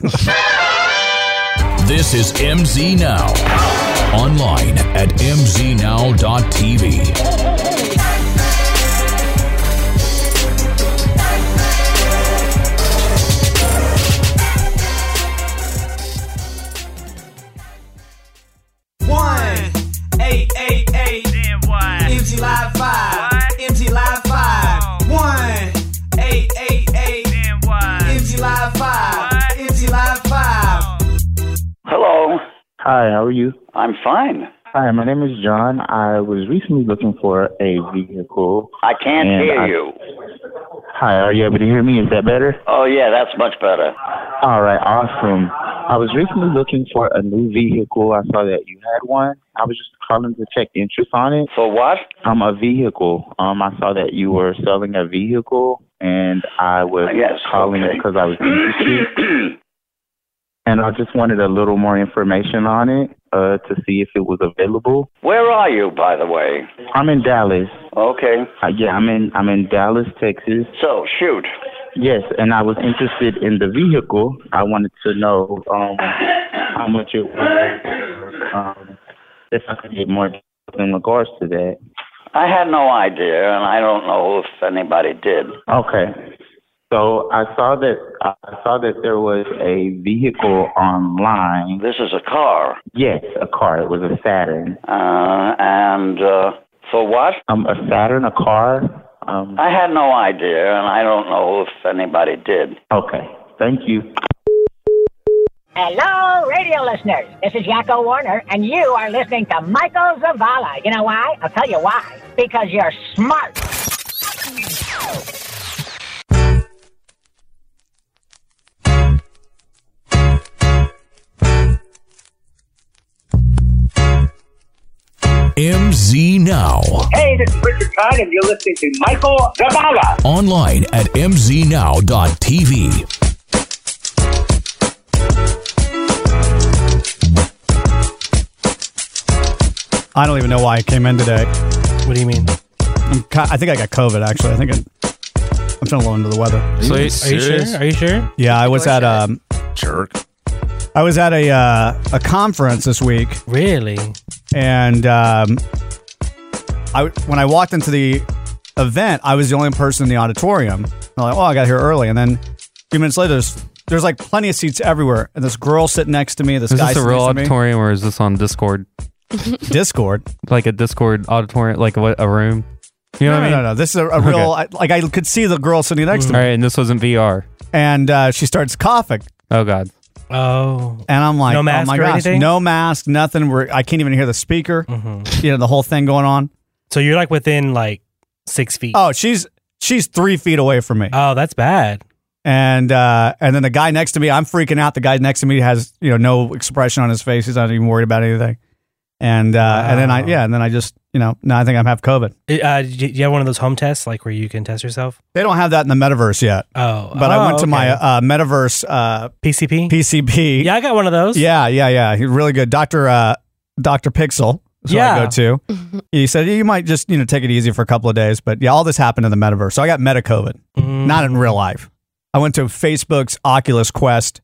S1: This is MZ Now. Online at mznow.tv.
S14: Hi, how are you?
S15: I'm fine.
S14: Hi, my name is John. I was recently looking for a vehicle.
S15: I can't
S14: and
S15: hear
S14: I-
S15: you.
S14: Hi, are you able to hear me? Is that better?
S15: Oh yeah, that's much better.
S14: All right, awesome. I was recently looking for a new vehicle. I saw that you had one. I was just calling to check interest on it.
S15: For what?
S14: Um, a vehicle. Um, I saw that you were selling a vehicle, and I was
S15: Yes,
S14: calling
S15: okay.
S14: because I was interested. and I just wanted a little more information on it uh, to see if it was available.
S15: Where are you, by the way?
S14: I'm in Dallas.
S15: Okay.
S14: Uh, yeah, I'm in I'm in Dallas, Texas.
S15: So shoot.
S14: Yes, and I was interested in the vehicle. I wanted to know um, how much it was. Um, if I could get more details in regards to that.
S15: I had no idea, and I don't know if anybody did.
S14: Okay. So I saw that I saw that there was a vehicle online.
S15: This is a car.
S14: Yes, a car. It was a Saturn.
S15: Uh, and uh, for what?
S14: Um, a Saturn, a car. Um,
S15: I had no idea, and I don't know if anybody did.
S14: Okay. Thank you.
S16: Hello, radio listeners. This is Yakko Warner, and you are listening to Michael Zavala. You know why? I'll tell you why. Because you're smart.
S1: MZ Now.
S17: Hey, this is Richard Kahn, and you're listening to Michael Zavala.
S1: Online at mznow.tv.
S4: I don't even know why I came in today. What do you mean? I'm ki- I think I got COVID. Actually, I think it, I'm feeling a little under the weather.
S7: So are you- are you sure? Are you sure?
S4: Yeah, I was at um jerk. I was at a uh, a conference this week. Really? And um, I when I walked into the event, I was the only person in the auditorium. I'm like, oh, I got here early, and then a few minutes later, there's there's like plenty of seats everywhere, and this girl sitting next to me, this
S5: Is
S4: guy
S5: this a
S4: sitting
S5: real
S4: next to me.
S5: auditorium or is this on Discord?
S4: Discord,
S5: like a Discord auditorium, like what a room. You know
S4: no,
S5: what I mean?
S4: no, no, no. This is a, a real
S5: Okay.
S4: I, like I could see the girl sitting next to
S5: All
S4: me,
S5: right, and this wasn't VR.
S4: and uh, she starts coughing.
S5: Oh God.
S4: Oh. And I'm like,
S5: No
S4: oh
S5: mask
S4: my
S5: or
S4: gosh,
S5: anything?
S4: no mask, nothing. We're, I can't even hear the speaker. You know, the whole thing going on.
S7: So you're like within like six feet.
S4: Oh, she's she's three feet away from me. Oh, that's bad. And uh, and then the guy next to me, I'm freaking out. The guy next to me has you know no expression on his face. He's not even worried about anything. And uh, and then I yeah, and then I just you know no, I think I have COVID.
S7: It, Uh, did you, you have one of those home tests, like where you can test yourself?
S4: They don't have that in the metaverse yet.
S7: Oh,
S4: But I
S7: oh,
S4: went to my
S7: okay.
S4: uh, metaverse uh,
S7: PCP.
S4: PCP. Yeah,
S7: I got one of those.
S4: Yeah, yeah, yeah. He- Really good, Doctor uh, Doctor Pixel. Is yeah. I
S7: Yeah.
S4: go to. He said you might just you know take it easy for a couple of days, but yeah, all this happened in the metaverse. So I got meta COVID,
S7: Mm.
S4: not in real life. I went to Facebook's Oculus Quest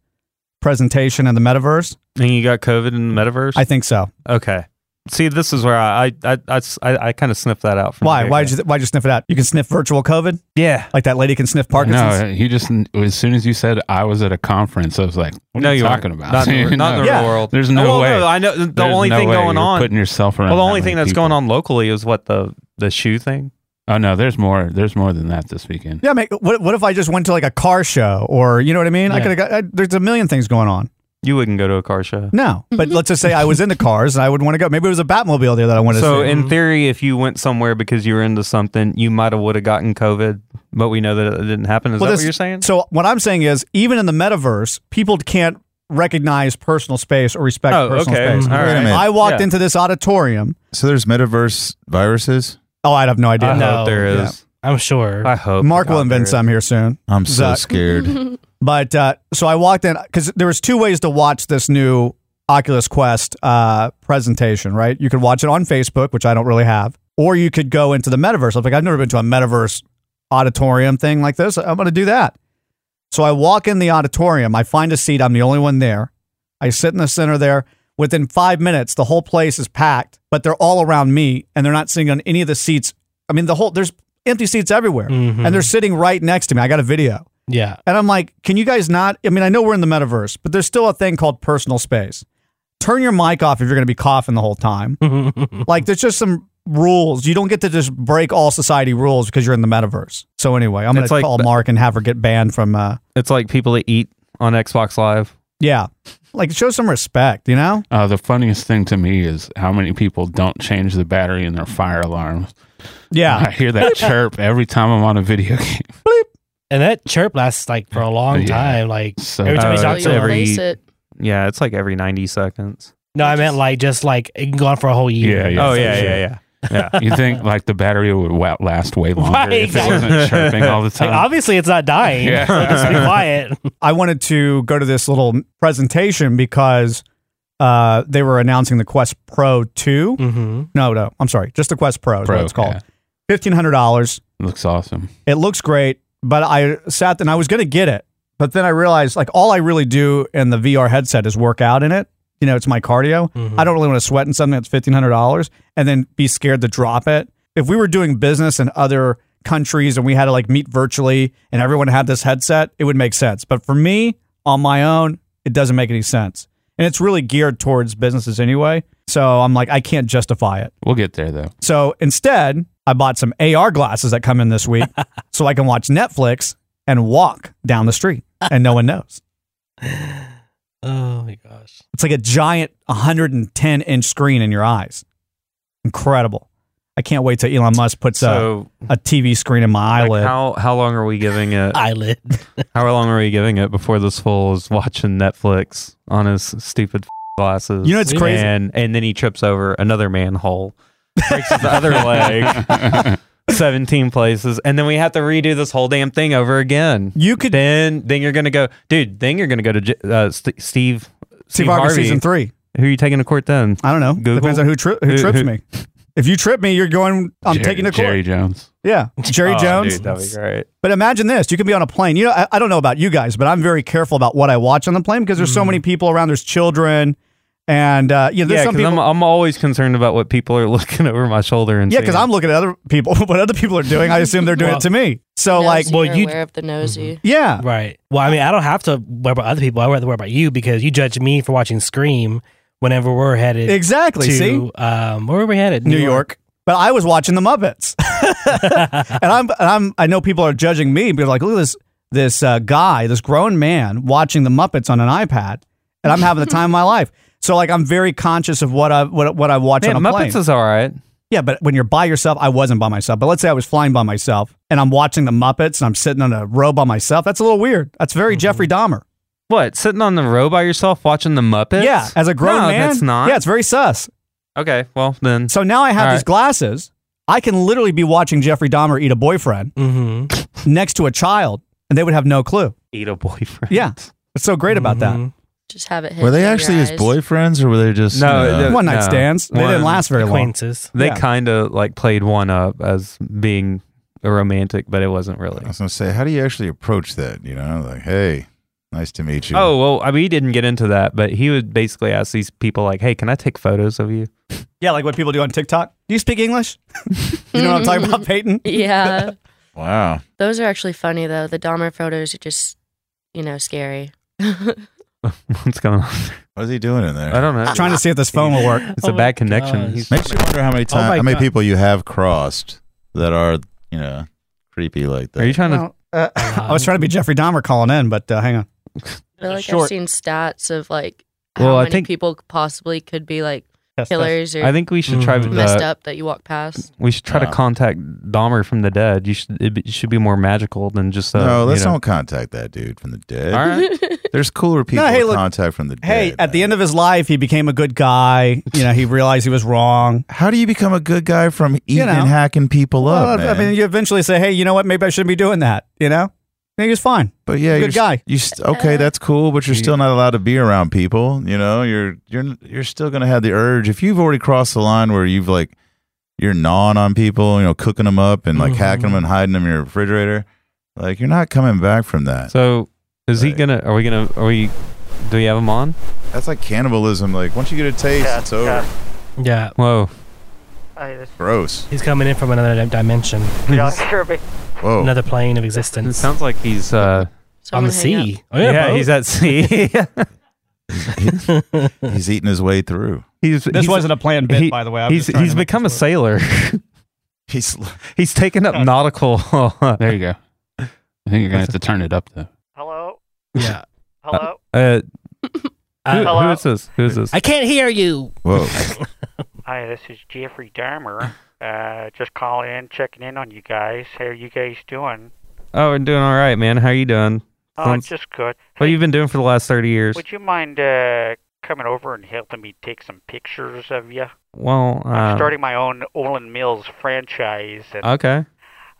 S4: presentation in the metaverse.
S5: And you got COVID in the metaverse?
S4: I think so.
S5: Okay. See, this is where I I I, I, I kind of sniffed that out. From
S4: Why?
S5: the
S4: Why
S5: get-go.
S4: would you Why would you sniff it out? You can sniff virtual COVID. Yeah, like that lady can sniff Parkinson's.
S6: No, you just as soon as you said I was at a conference, I was like, "What
S5: No,
S6: are you,
S5: you weren't.
S6: talking about?
S5: Not in the- not in the real Yeah. world.
S6: There's no
S5: Well,
S6: way.
S5: no, I know- the
S6: There's
S5: only
S6: no
S5: thing
S6: way
S5: going
S6: you're
S5: on-
S6: putting yourself around.
S5: Well, the
S6: that
S5: only
S6: many
S5: thing that's
S6: people.
S5: going on locally is what the the shoe thing.
S6: Oh no, there's more. There's more than that this weekend.
S4: Yeah, make, what, what if I just went to like a car show or you know what I mean? I
S5: Yeah.
S4: could have got I, there's a million things going on.
S5: You wouldn't go to a car show.
S4: No, but
S5: Mm-hmm.
S4: let's just say I was into cars and I would want to go. Maybe it was a Batmobile there that I wanted
S5: So
S4: to see.
S5: in theory, if you went somewhere because you were into something, you might have would have gotten COVID, but we know that it didn't happen. Is
S4: Well,
S5: that
S4: this-
S5: what you're saying?
S4: So what I'm saying is, even in the metaverse, people can't recognize personal space or respect
S5: Oh,
S4: personal
S5: okay.
S4: space.
S5: All Wait a right. minute.
S4: I walked
S5: Yeah.
S4: into this auditorium.
S8: So there's metaverse viruses?
S4: Oh, I'd have no idea.
S8: I hope there
S4: Yeah.
S8: is.
S7: I'm sure.
S5: I hope.
S4: Mark will invent some here soon.
S8: I'm so scared.
S4: But uh, so I walked in because there was two ways to watch this new Oculus Quest uh, presentation. Right, you could watch it on Facebook, which I don't really have, or you could go into the metaverse. I was like, I've never been to a metaverse auditorium thing like this. I'm going to do that. So I walk in the auditorium. I find a seat. I'm the only one there. I sit in the center there. Within five minutes, the whole place is packed, but they're all around me and they're not sitting on any of the seats. I mean, the whole there's empty seats everywhere,
S7: Mm-hmm.
S4: and they're sitting right next to me. I got a video.
S7: Yeah.
S4: And I'm like, can you guys not? I mean, I know we're in the metaverse, but there's still a thing called personal space. Turn your mic off if you're going to be coughing the whole time. like, there's just some rules. You don't get to just break all society rules because you're in the metaverse. So anyway, I'm going
S5: It's
S4: to
S5: like
S4: call
S5: the-
S4: Mark and have her get banned from. Uh,
S5: It's like people that eat on Xbox Live.
S4: yeah, Like, show some respect, you know?
S6: Uh, the funniest thing to me is how many people don't change the battery in their fire alarms.
S4: Yeah.
S6: I hear that chirp every time I'm on a video game.
S7: And that chirp lasts like for a long
S6: Yeah.
S7: time. Like
S6: So-
S7: every time you
S6: Oh,
S7: talk
S6: it's
S7: to
S6: every-
S7: him.
S9: Place it.
S5: Uh, Yeah, it's like every 90 seconds.
S7: No, I meant like just like it can go on for a whole year.
S5: Oh, yeah, yeah, yeah. Yeah.
S6: You think like the battery would wa- last way longer
S7: Right,
S6: if it
S7: exactly.
S6: wasn't chirping all the
S7: Like,
S6: time?
S7: obviously, it's not dying.
S6: Yeah.
S7: so just be quiet.
S4: I wanted to go to this little presentation because uh, they were announcing the Quest Pro 2.
S7: Mhm.
S4: No, no, I'm sorry. Just the Quest Pro is
S6: Pro,
S4: what it's called.
S6: yeah.
S4: $1,500.
S6: Looks awesome.
S4: It looks great, but I sat and I was going to get it. But then I realized like all I really do in the VR headset is work out in it. You know, it's my cardio. I don't really want to sweat in something that's $1,500 and then be scared to drop it. If we were doing business in other countries and we had to like meet virtually and everyone had this headset, it would make sense. But for me, on my own, it doesn't make any sense. And it's really geared towards businesses anyway. So I'm like, I can't justify it.
S6: We'll get there though.
S4: So instead, I bought some AR glasses that come in this week so I can watch Netflix and walk down the street and no one knows.
S7: Oh my god.
S4: It's like a giant 110 inch screen in your eyes. Incredible. I can't wait till Elon Musk puts
S5: So-
S4: a, a TV screen in my eyelid.
S5: How how long are we giving it?
S7: Eyelid.
S5: how long are we giving it before this fool is watching Netflix on his stupid glasses?
S4: You know, it's crazy.
S5: And and then he trips over another manhole, breaks his other leg, seventeen places, and then we have to redo this whole damn thing over again.
S4: You could
S5: then then you're gonna go, dude. Then you're gonna go to J- uh, St- Steve
S4: Steve Harvey season three.
S5: Who are you taking to court then?
S4: I don't know.
S5: Google?
S4: Depends on who, tri- who trips me. If you trip me, you're going, I'm
S6: Jerry-
S4: taking the court.
S6: Jerry Jones.
S4: Yeah, Jerry
S5: Oh,
S4: Jones.
S5: dude, that'd be great.
S4: But imagine this: you can be on a plane. You know, I, I don't know about you guys, but I'm very careful about what I watch on the plane because there's so many people around. There's children, and uh, you know, there's
S5: Mm. Yeah,
S4: some
S5: because
S4: people.
S5: I'm, I'm always concerned about what people are looking over my shoulder and
S4: yeah, because
S5: seeing.
S4: I'm looking at other people, what other people are doing. I assume they're doing
S5: Well-
S4: it to me. So,
S9: Nosy,
S4: like,
S9: you're aware of the nosy.
S4: yeah,
S7: right. Well, I mean, I don't have to worry about other people. I rather worry about you because you judge me for watching Scream whenever we're headed.
S4: Exactly,
S7: To,
S4: see?
S5: uh,
S7: um, where were we headed?
S4: New York. But I was watching the Muppets, and I'm, and I'm. I know people are judging me because, like, look at this this uh, guy, this grown man watching the Muppets on an iPad, and I'm having the time of my life. So, like, I'm very conscious of what I what, what I watch
S5: Man,
S4: on a plane.
S5: Muppets is all right.
S4: Yeah, but when you're by yourself, I wasn't by myself. But let's say I was flying by myself and I'm watching the Muppets and I'm sitting on a row by myself. That's a little weird. That's very
S5: Mm-hmm.
S4: Jeffrey Dahmer.
S5: What? Sitting on the row by yourself watching the Muppets?
S4: Yeah, as a grown
S5: no,
S4: man,
S5: that's not.
S4: Yeah, it's very sus.
S5: okay. Well, then.
S4: So now I have
S5: All
S4: these
S5: right.
S4: glasses. I can literally be watching Jeffrey Dahmer eat a boyfriend next to a child, and they would have no clue.
S5: Mm-hmm. Eat a boyfriend. Mm-hmm.
S4: Yeah, what's so great about that?
S9: Just have it hit.
S8: Were they
S9: in your
S8: actually his
S9: eyes.
S8: boyfriends or were they just
S5: No,
S8: you know,
S5: the-
S4: One night
S5: no.
S4: stands. They
S5: One-
S4: didn't last very long.
S7: Acquaintances.
S5: They
S4: Yeah.
S5: kind of like played one up as being a romantic, but it wasn't really.
S8: I was gonna say, how do you actually approach that? You know, like, hey, nice to meet you.
S5: Oh, well, I mean, he didn't get into that, but he would basically ask these people, like, hey, can I take photos of you?
S4: Yeah, like what people do on TikTok. Do you speak English? you know what I'm talking about, Peyton?
S9: Yeah,
S8: wow.
S9: those are actually funny though. The Dahmer photos are just, you know, scary.
S5: What's going on?
S8: What is he doing in there?
S5: I don't know.
S4: Trying to see if this phone will work.
S5: It's a bad connection. He's-
S8: Makes you wonder how many
S4: Oh
S8: times,
S4: my
S8: how many
S4: God.
S8: people you have crossed that are, you know, creepy like that.
S5: Are you trying to.
S4: Well, uh, I was trying to be Jeffrey Dahmer calling in, but uh, hang on.
S9: I feel like
S4: Short.
S9: I've seen stats of like how
S5: Well, I
S9: many
S5: think-
S9: people possibly could be like
S4: Yes, Mm-hmm.
S9: killers or
S5: I think we should try to,
S9: Mm-hmm. messed
S5: uh,
S9: up that you walk past.
S5: We should try
S9: Uh.
S5: to contact Dahmer from the dead. You should it, be- it should be more magical than just uh,
S8: no,
S5: you
S8: let's
S5: know.
S8: don't contact that dude from the dead.
S5: All right.
S8: There's cooler people
S4: hey,
S8: to
S4: look-
S8: contact from the dead.
S4: Hey, at the end of his life, he became a good guy. You know, he realized he was wrong.
S8: How do you become a good guy from eating
S4: know.
S8: and hacking people
S4: Well,
S8: up?
S4: I
S8: man?
S4: mean, you eventually say, "Hey, you know what? Maybe I shouldn't be doing that." You know, And he was fine.
S8: But yeah,
S4: good
S8: you're s-
S4: guy.
S8: You st- okay? That's cool, but you're still not allowed to be around people. You know, you're you're you're still gonna have the urge if you've already crossed the line where you've like you're gnawing on people, you know, cooking them up and like hacking
S4: Mm-hmm.
S8: them and hiding them in your refrigerator. Like you're not coming back from that.
S5: So is he gonna? Are we gonna? Are we? Do we have him on?
S8: That's like cannibalism. Like once you get a taste, it's over.
S7: Yeah.
S5: Whoa.
S18: Oh,
S8: Gross.
S7: He's coming in from another di- dimension.
S12: Kirby.
S8: Whoa.
S7: Another plane of existence.
S5: It sounds like he's uh,
S7: on the
S12: hang
S7: sea.
S5: yeah, he's at sea.
S8: He's eating his way through.
S5: he's
S4: This
S5: he's-
S4: wasn't a planned bit,
S5: he-
S4: by the way. I'm
S5: he's
S4: just trying
S5: he's
S4: to make
S5: become a sailor.
S8: he's
S5: he's taken up nautical.
S6: There you go. I think you're gonna have to turn it up though.
S5: Hello. Uh, Who-
S18: Hello?
S5: who is this? Who is this?
S18: I can't hear you.
S8: Whoa.
S18: Hi, this is Jeffrey Dahmer. Uh, just calling in, checking in on you guys. How are you guys doing?
S5: Oh, we're doing all right, man. How you doing?
S18: Oh,
S5: Sounds-
S18: just good.
S5: What have you been doing for the last thirty years?
S18: Would you mind uh, coming over and helping me take some pictures of you?
S5: well,
S18: I'm
S5: uh,
S18: starting my own Olin Mills franchise. And
S5: okay.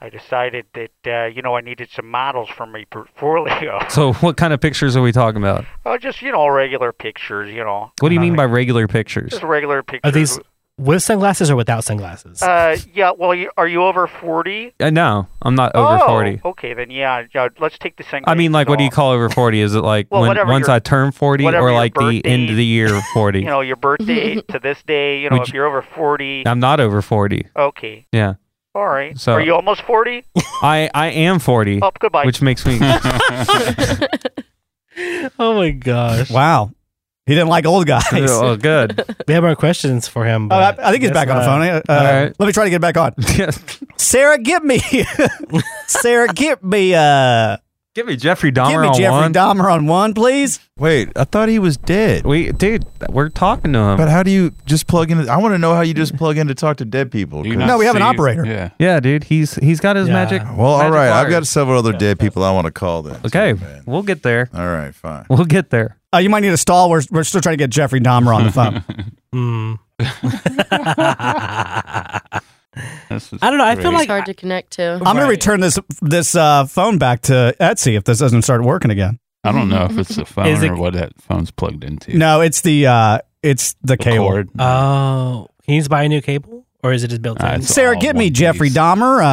S18: I decided that uh, you know I needed some models for my portfolio.
S5: So, what kind of pictures are we talking about?
S18: oh, just you know regular pictures. You know.
S5: What do you mean by regular pictures?
S18: Just regular pictures.
S7: Are these with sunglasses or without sunglasses?
S18: Uh, yeah. Well, you, are you over forty?
S5: Uh, no, I'm not over
S18: oh,
S5: forty.
S18: Okay, then yeah, yeah, let's take the same.
S5: I mean, like, what do you call over forty? Is it like
S18: Well,
S5: when-
S18: whatever
S5: once
S18: your-
S5: I turn forty,
S18: whatever
S5: or
S18: your
S5: like the
S18: birthday-
S5: end of the year forty?
S18: You know, your birthday to this day. You know,
S5: Would
S18: if
S5: you-
S18: you're over forty.
S5: I'm not over forty.
S18: Okay.
S5: Yeah,
S18: All right.
S5: So-
S18: are you almost forty?
S5: I I am forty.
S18: Oh, goodbye.
S5: Which makes me.
S7: oh my gosh!
S4: Wow, he didn't like old guys.
S5: oh, good.
S7: We have more questions for him.
S4: Oh, I,
S7: but
S4: I think he's
S7: guess
S4: back on the phone.
S7: not.
S4: Uh, Let me try to get back on. Sarah, give me, Sarah, give me, uh,
S5: Give me Jeffrey Dahmer
S4: give me
S5: on
S4: Jeffrey
S5: one.
S4: Dahmer on one, please.
S8: Wait, I thought he was dead.
S5: We, dude, we're talking to him.
S8: But how do you just plug in? I want to know how you just plug in to talk to dead people. 'cause-
S5: Yeah, yeah, dude. He's he's got his magic.
S8: Well, all
S5: magic
S8: right. I've got
S5: wires.
S8: several other dead people I want to call then.
S5: Okay, we'll get there.
S8: All right, fine.
S5: We'll get there.
S4: Uh, you might need a stall. We're, we're still trying to get Jeffrey Dahmer on the phone.
S7: Hmm. I don't know. I feel
S9: it's
S7: like
S9: hard to connect to.
S4: I'm gonna return this this uh, phone back to Etsy if this doesn't start working again.
S6: I don't know if it's the phone
S4: Is it-
S6: or what that phone's plugged into.
S4: No, it's the uh, it's the, cable.
S7: Oh, can you just buy a new cable, or is it just built in?
S4: Sarah, get me Jeffrey Dahmer. Uh,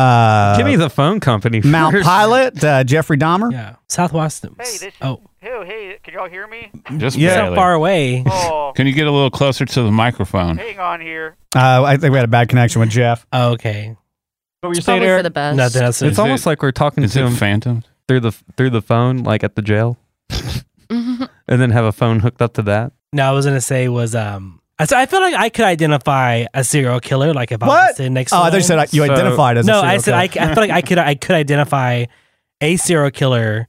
S5: Uh, Give me the phone company.
S4: Mount
S5: first.
S4: Pilot. Uh, Jeffrey Dahmer.
S7: Yeah, Southwest.
S18: Hey, this.
S7: Oh,
S18: Hey, hey, can y'all hear me?
S6: Just
S7: Yeah. So
S6: barely.
S7: far away.
S18: Oh,
S6: Can you get a little closer to the microphone?
S18: hang on here.
S4: Uh, I think we had a bad connection with Jeff.
S5: Oh,
S7: Okay.
S4: What
S9: were you It's saying, probably for Eric? the best. Nothing else.
S5: It's
S9: Is
S5: almost
S9: it-
S5: like we're talking
S6: is
S5: to
S6: it
S5: him
S6: phantom
S5: through the through the phone, like at the jail,
S9: Mm-hmm.
S5: and then have a phone hooked up to that.
S7: No, I was gonna say was um. I, so I feel like I could identify a serial killer, like if I was
S4: What?
S7: sitting next.
S4: Oh,
S7: to
S4: I thought you
S7: one.
S4: said I- you So- identified as a
S7: no. I
S4: serial
S7: said I,
S4: killer.
S7: I feel like I could I could identify a serial killer.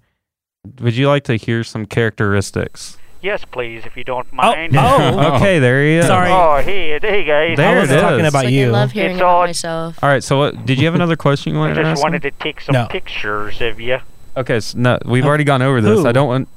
S5: Would you like to hear some characteristics?
S18: Yes, please, if you don't mind.
S7: oh.
S5: okay, there he is.
S18: Oh, hey, hey, guys.
S5: There I wasn't it talking
S18: talking about
S5: is. about It's like I
S18: you.
S5: you. love
S9: hearing
S18: it's
S9: about
S18: all,
S9: myself.
S5: All right. So, what, did you have another question you
S18: I
S5: wanted to ask?
S18: just
S5: him?
S18: wanted to take some
S5: No.
S18: pictures of you.
S5: Okay. So no,
S9: Oh.
S5: we've already gone over this.
S18: Who?
S5: I don't want.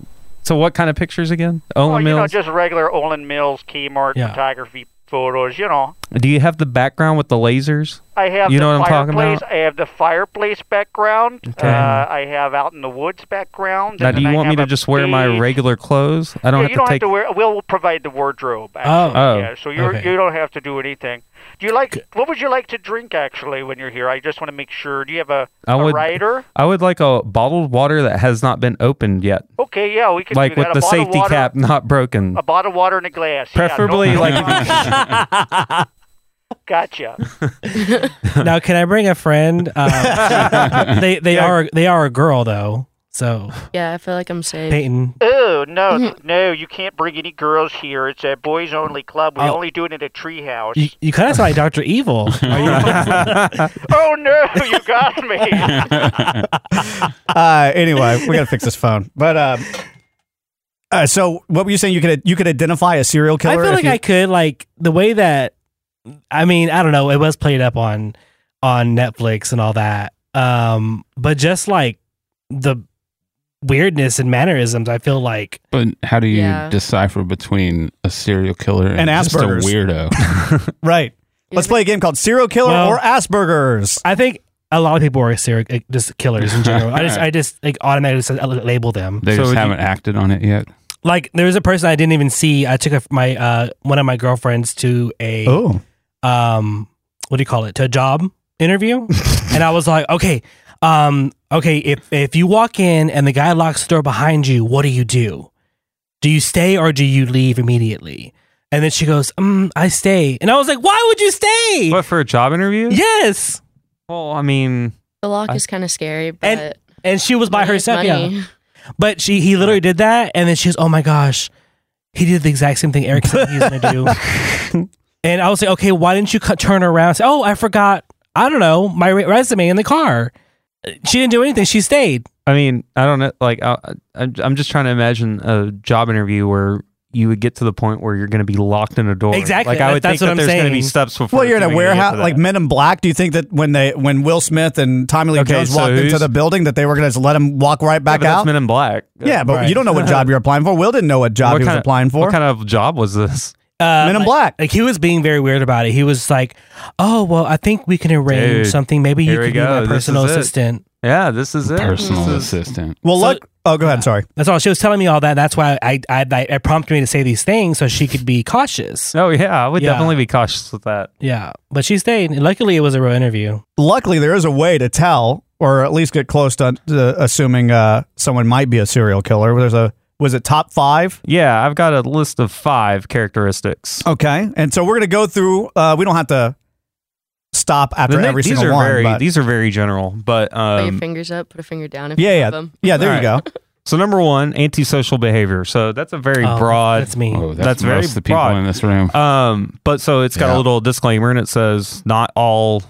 S5: So, what kind of pictures again? Owen
S18: well, you know,
S5: Mills.
S18: just regular Olin Mills, Kmart
S5: Yeah.
S18: photography photos. You know,
S5: Do you have the background with the lasers?
S18: I have
S5: You
S18: the
S5: know what I'm talking
S18: fireplace.
S5: about?
S18: I have the fireplace background.
S5: Okay.
S18: Uh, I have out in the woods background.
S5: Now,
S18: and
S5: do you
S18: then I
S5: want me
S18: have
S5: to
S18: a
S5: just wear my
S18: big-
S5: regular clothes? I
S18: yeah,
S5: don't have
S18: you
S5: to
S18: don't
S5: take.
S18: have to wear. We'll provide the wardrobe.
S5: Oh.
S18: Actually.
S5: Oh,
S18: yeah. So you are
S5: okay.
S18: you don't have to do anything. Do you like? What would you like to drink actually when you're here? I just want to make sure. Do you have a,
S5: I
S18: a
S5: would.
S18: rider?
S5: I would like a bottled water that has not been opened yet,
S18: Okay, yeah, we could
S5: like
S18: do that.
S5: with the
S18: a bottle of
S5: safety
S18: water,
S5: cap not broken.
S18: a bottle of water and a glass. yeah, no
S5: Preferably, like-
S18: problem. gotcha.
S7: now, can I bring a friend? Um, they they are they are a girl though. So
S9: Yeah, I feel like I'm safe. Mm-hmm.
S7: Peyton,
S18: Oh no, no, you can't bring any girls here. It's a boys only club. We
S7: Oh.
S18: only do it in a treehouse.
S7: you, you kind of sound like Doctor Evil.
S18: oh no, you got me.
S4: uh, anyway, we got to fix this phone. But um, uh, so, what were you saying? You could you could identify a serial
S7: I
S4: killer.
S7: feel
S4: if
S7: like
S4: you-
S7: I could like the way that I mean, I don't know, it was played up on on Netflix and all that. Um but just like the weirdness and mannerisms, I feel like
S6: But how do you
S7: Yeah.
S6: decipher between a serial killer and,
S7: And
S6: just a
S7: Asperger's.
S6: weirdo?
S4: right. Let's play a game called Serial Killer
S7: Well-
S4: or Asperger's.
S7: I think a lot of people are serial like, just killers in general. I just I just like automatically s- label them.
S6: They just haven't acted on it yet.
S7: like there was a person I didn't even see. I took a, my uh, one of my girlfriends to a
S4: oh
S7: um what do you call it to a job interview, and I was like, okay, um, okay, if if you walk in and the guy locks the door behind you, what do you do? Do you stay or do you leave immediately? And then she goes, mm, I stay, and I was like, why would you stay?
S5: What for a job interview?
S7: Yes.
S5: Well, I mean,
S9: The lock
S5: I-
S9: is kind of scary, but
S7: and and she was by
S9: money is
S7: herself.
S9: money.
S7: Yeah, but she he literally did that, and then she was, oh my gosh, he did the exact same thing Eric said he was gonna do. and I was like, okay, why didn't you cut, turn around? Say, oh, I forgot. I don't know my re- resume in the car. She didn't do anything. She stayed.
S5: I mean, I don't know. Like, I, I- I'm I'm just trying to imagine a job interview where you would get to the point where you're going to be locked in a door.
S7: Exactly.
S5: Like I would
S7: That's
S5: think that
S7: what I'm
S5: there's going to be
S7: saying.
S5: steps before.
S4: Well, you're in a
S5: it's even gonna get
S4: warehouse,
S5: to that.
S4: like Men in Black. Do you think that when they when Will Smith and Tommy Lee
S5: Okay,
S4: Jones
S5: so
S4: walked into
S5: who's-
S4: the building, that they were going to just let him walk right
S5: Yeah,
S4: back
S5: but that's
S4: out?
S5: Men in Black.
S4: yeah, but you don't know what job you're applying for. Will didn't know what job
S5: What
S4: he was
S5: kind of-
S4: applying for.
S5: What kind of job was this?
S7: Uh,
S4: Men in
S7: like-
S4: Black.
S7: Like he was being very weird about it. He was like, "Oh well, I think we can arrange
S5: Dude,
S7: something. Maybe you
S5: here we
S7: could be
S5: go.
S7: my
S5: This
S7: personal
S5: is it.
S7: assistant."
S5: Yeah, this is it.
S6: Personal
S5: This is-
S6: assistant.
S4: Well, look. Oh, go ahead. Sorry.
S7: That's all. She was telling me all that. That's why I I, I, I prompted me to say these things so she could be cautious.
S5: Oh yeah, I would
S7: Yeah.
S5: definitely be cautious with that.
S7: Yeah, but she stayed. And luckily, it was a real interview.
S4: Luckily, there is a way to tell, or at least get close to, to assuming uh, someone might be a serial killer. There's a was it top five?
S5: Yeah, I've got a list of five characteristics.
S4: Okay, and so we're going to go through. Uh, we don't have to stop after
S5: The ne-
S4: every
S5: these
S4: single
S5: are
S4: one.
S5: very
S4: but-
S5: these are very general, but
S9: Put your
S5: um,
S9: fingers up. Put a finger down. If
S5: yeah,
S9: you
S5: yeah,
S9: have them.
S4: yeah. There you go.
S5: So number one, antisocial behavior. So that's a very
S7: Oh,
S5: broad.
S7: that's me. Oh,
S6: that's
S5: very
S6: most of the people
S5: broad.
S6: in this room.
S5: Um, but so it's got
S6: Yeah.
S5: a little disclaimer, and it says not all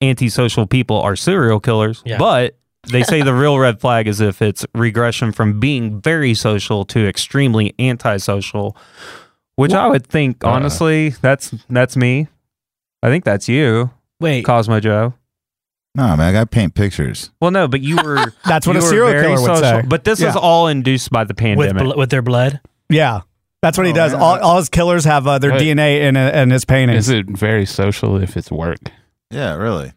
S5: antisocial people are serial killers,
S6: Yeah.
S5: but they say the real red flag is if it's regression from being very social to extremely antisocial, which I would think
S6: Uh.
S5: honestly that's that's me. I think that's you.
S7: Wait.
S5: Cosmo Joe.
S8: Nah, man, I got to paint pictures.
S5: Well, no, but you were.
S4: That's what
S5: you
S4: a
S5: were
S4: serial
S5: very
S4: killer would say.
S5: But this is
S4: Yeah.
S5: all induced by the
S7: With
S5: pandemic.
S7: bl- with their blood.
S4: Yeah, that's
S5: Oh,
S4: what he does. All, all his killers have uh, their
S6: Right.
S4: DNA in a, in his paintings.
S6: Is it very social if it's work?
S8: Yeah, really.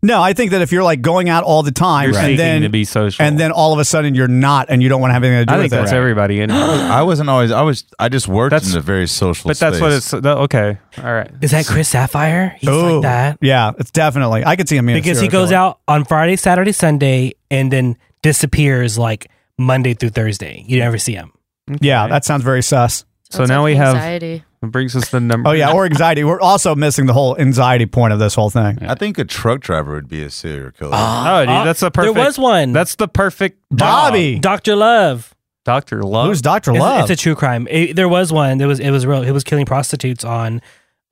S4: No, I think that if you're like going out all the time
S5: You're seeking
S4: and then
S5: to be social.
S4: and then all of a sudden you're not, and you don't want to have anything to do
S5: I
S4: with
S5: think
S4: it.
S5: that's everybody. In it.
S8: I wasn't always. I was. I just worked
S5: That's-
S8: in a very social.
S5: But that's what
S8: space.
S5: it's. that- okay. All right.
S7: Is that Chris Sapphire? He's
S4: Ooh.
S7: like that
S4: Yeah, it's definitely. I could see him being a
S7: because he
S4: serial
S7: goes
S4: killer.
S7: out on Friday, Saturday, Sunday, and then disappears like Monday through Thursday. You never see him.
S4: Yeah, that sounds very sus.
S5: So now we have.
S9: Anxiety.
S5: It brings us the number.
S4: Oh yeah, or anxiety. We're also missing the whole anxiety point of this whole thing.
S8: I think a truck driver would be a serial killer.
S5: Oh, dude, that's the perfect.
S7: Ah, There was one.
S5: That's the perfect.
S4: Bobby,
S7: Doctor Love.
S5: Doctor Love.
S4: who's Doctor
S7: It's-
S4: Love?
S7: It's, a true crime. It- there was one. It was it was real. It was killing prostitutes on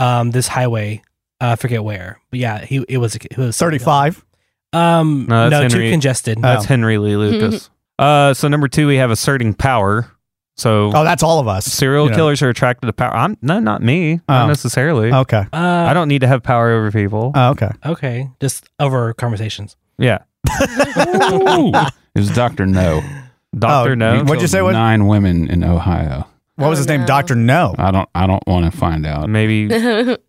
S7: um this highway. Uh, I forget where, but yeah, he it was it was
S4: Thirty-five. Oh.
S7: Um,
S5: No,
S7: no,
S5: that's Henry-
S7: too congested.
S5: That's Henry
S9: Hmm.
S5: Lee Lucas. uh, so number two, we have asserting power. So
S4: Oh, that's all of us.
S5: serial
S4: you know.
S5: killers are attracted to power. I'm no, not me.
S4: Oh.
S5: Not necessarily.
S4: Okay.
S7: Uh,
S5: I don't need to have power over people.
S4: Oh, okay.
S7: okay, just over conversations.
S5: yeah.
S6: It was Doctor No.
S5: Doctor
S4: Oh,
S5: No.
S4: What'd you
S6: Killed
S4: say, what-
S6: Nine women in Ohio.
S4: What was his name? Doctor No.
S6: I don't. I don't want to find out.
S5: Maybe I don't